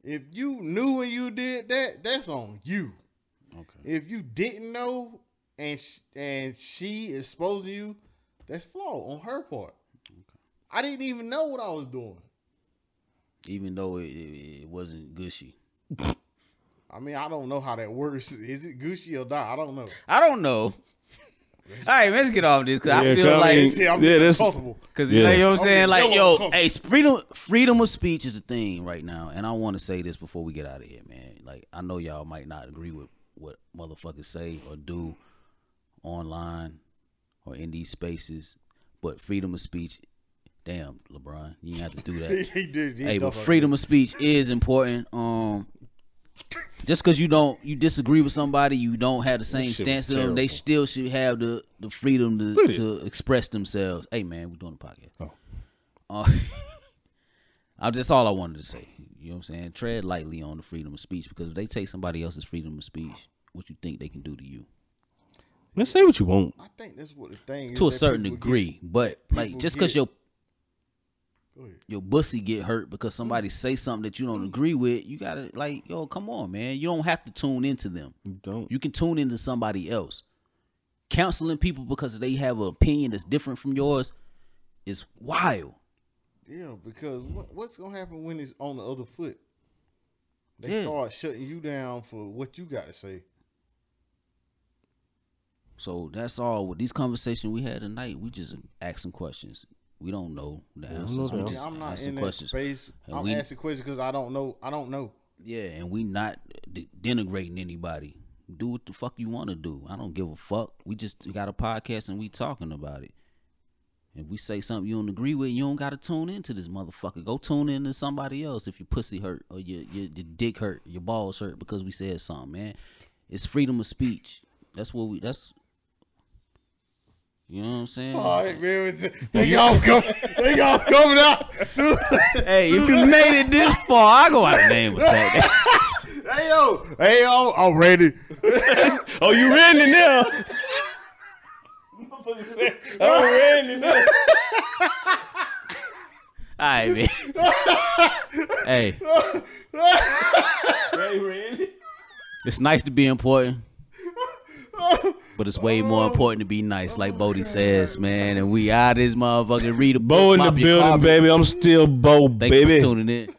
S3: If you knew and you did that, that's on you.
S1: Okay,
S3: If you didn't know and sh- and she exposed you, that's flawed on her part. I didn't even know what I was doing.
S1: even though it, it, it wasn't gushy.
S3: I mean, I don't know how that works. Is it Gucci or not? I don't know.
S1: I don't know. All right, let's get off this because
S2: Yeah,
S1: I feel
S2: come
S1: like
S2: in.
S3: See, I'm
S2: Yeah,
S3: yeah,
S2: that's-
S3: comfortable.
S1: Cause
S2: Yeah.
S1: you know, you know what I'm saying?
S3: I'm
S1: Like,
S3: yellow
S1: yo,
S3: coat.
S1: hey, freedom freedom of speech is a thing right now. And I wanna say this before we get out of here, man. Like, I know y'all might not agree with what motherfuckers say or do online or in these spaces, but freedom of speech, damn, LeBron, you ain't have to do that.
S3: he did. He
S1: hey, but
S3: done-
S1: freedom of speech is important. Um just because you don't you disagree with somebody, you don't have the same
S2: shit was
S1: stance to them, they
S2: terrible.
S1: still should have the, the freedom to, to express themselves. Hey man, we're doing a podcast.
S2: Oh.
S1: Uh, I, that's all I wanted to say. You know what I'm saying? Tread lightly on the freedom of speech because if they take somebody else's freedom of speech, what you think they can do to you?
S2: Man, say what you want.
S3: I think that's what the thing is
S1: to a
S3: that
S1: certain
S3: people get-
S1: degree, but like
S3: people
S1: just because
S3: get-
S1: your
S3: Go ahead.
S1: your bussy get hurt because somebody say something that you don't
S3: Mm.
S1: agree with, you gotta like, yo, come on, man. You don't have to tune into them.
S2: You don't.
S1: You can tune into somebody else. Counseling people because they have an opinion that's different from yours is wild.
S3: Yeah, because what, what's gonna happen when it's on the other foot? They
S1: Yeah.
S3: start shutting you down for what you got to say.
S1: So that's all with these conversations we had tonight. We just asking questions. We don't know the answers.
S2: know the
S1: we
S2: answers.
S1: just
S3: I'm not
S1: asking
S3: in that
S1: questions.
S3: space.
S1: And
S3: I'm
S1: we-
S3: asking questions because I don't know. I don't know.
S1: Yeah, and we not de- denigrating anybody. Do what the fuck you want to do. I don't give a fuck. We just got a podcast and we talking about it. If we say something you don't agree with, you don't gotta tune into this motherfucker. Go tune in to somebody else if your pussy hurt or your your, your dick hurt, your balls hurt because we said something, man. It's freedom of speech. That's what we. That's you know what I'm saying.
S3: All right, man. it's- They all coming. They all coming out. Dude,
S1: Hey, if you made it this far, I go out of name with that.
S3: hey yo, hey yo, I'm ready.
S2: Oh, you ready now? I'm ready now.
S1: All right, man. hey.
S4: Hey, Randy.
S1: It's nice to be important. But it's way more important to be nice, like Bodie says, man. And we out of this motherfucking read a
S2: Bo
S1: book,
S2: in the
S1: mop your
S2: building,
S1: carpet.
S2: baby. I'm still Bo,
S1: Thanks for
S2: baby.
S1: tuning in.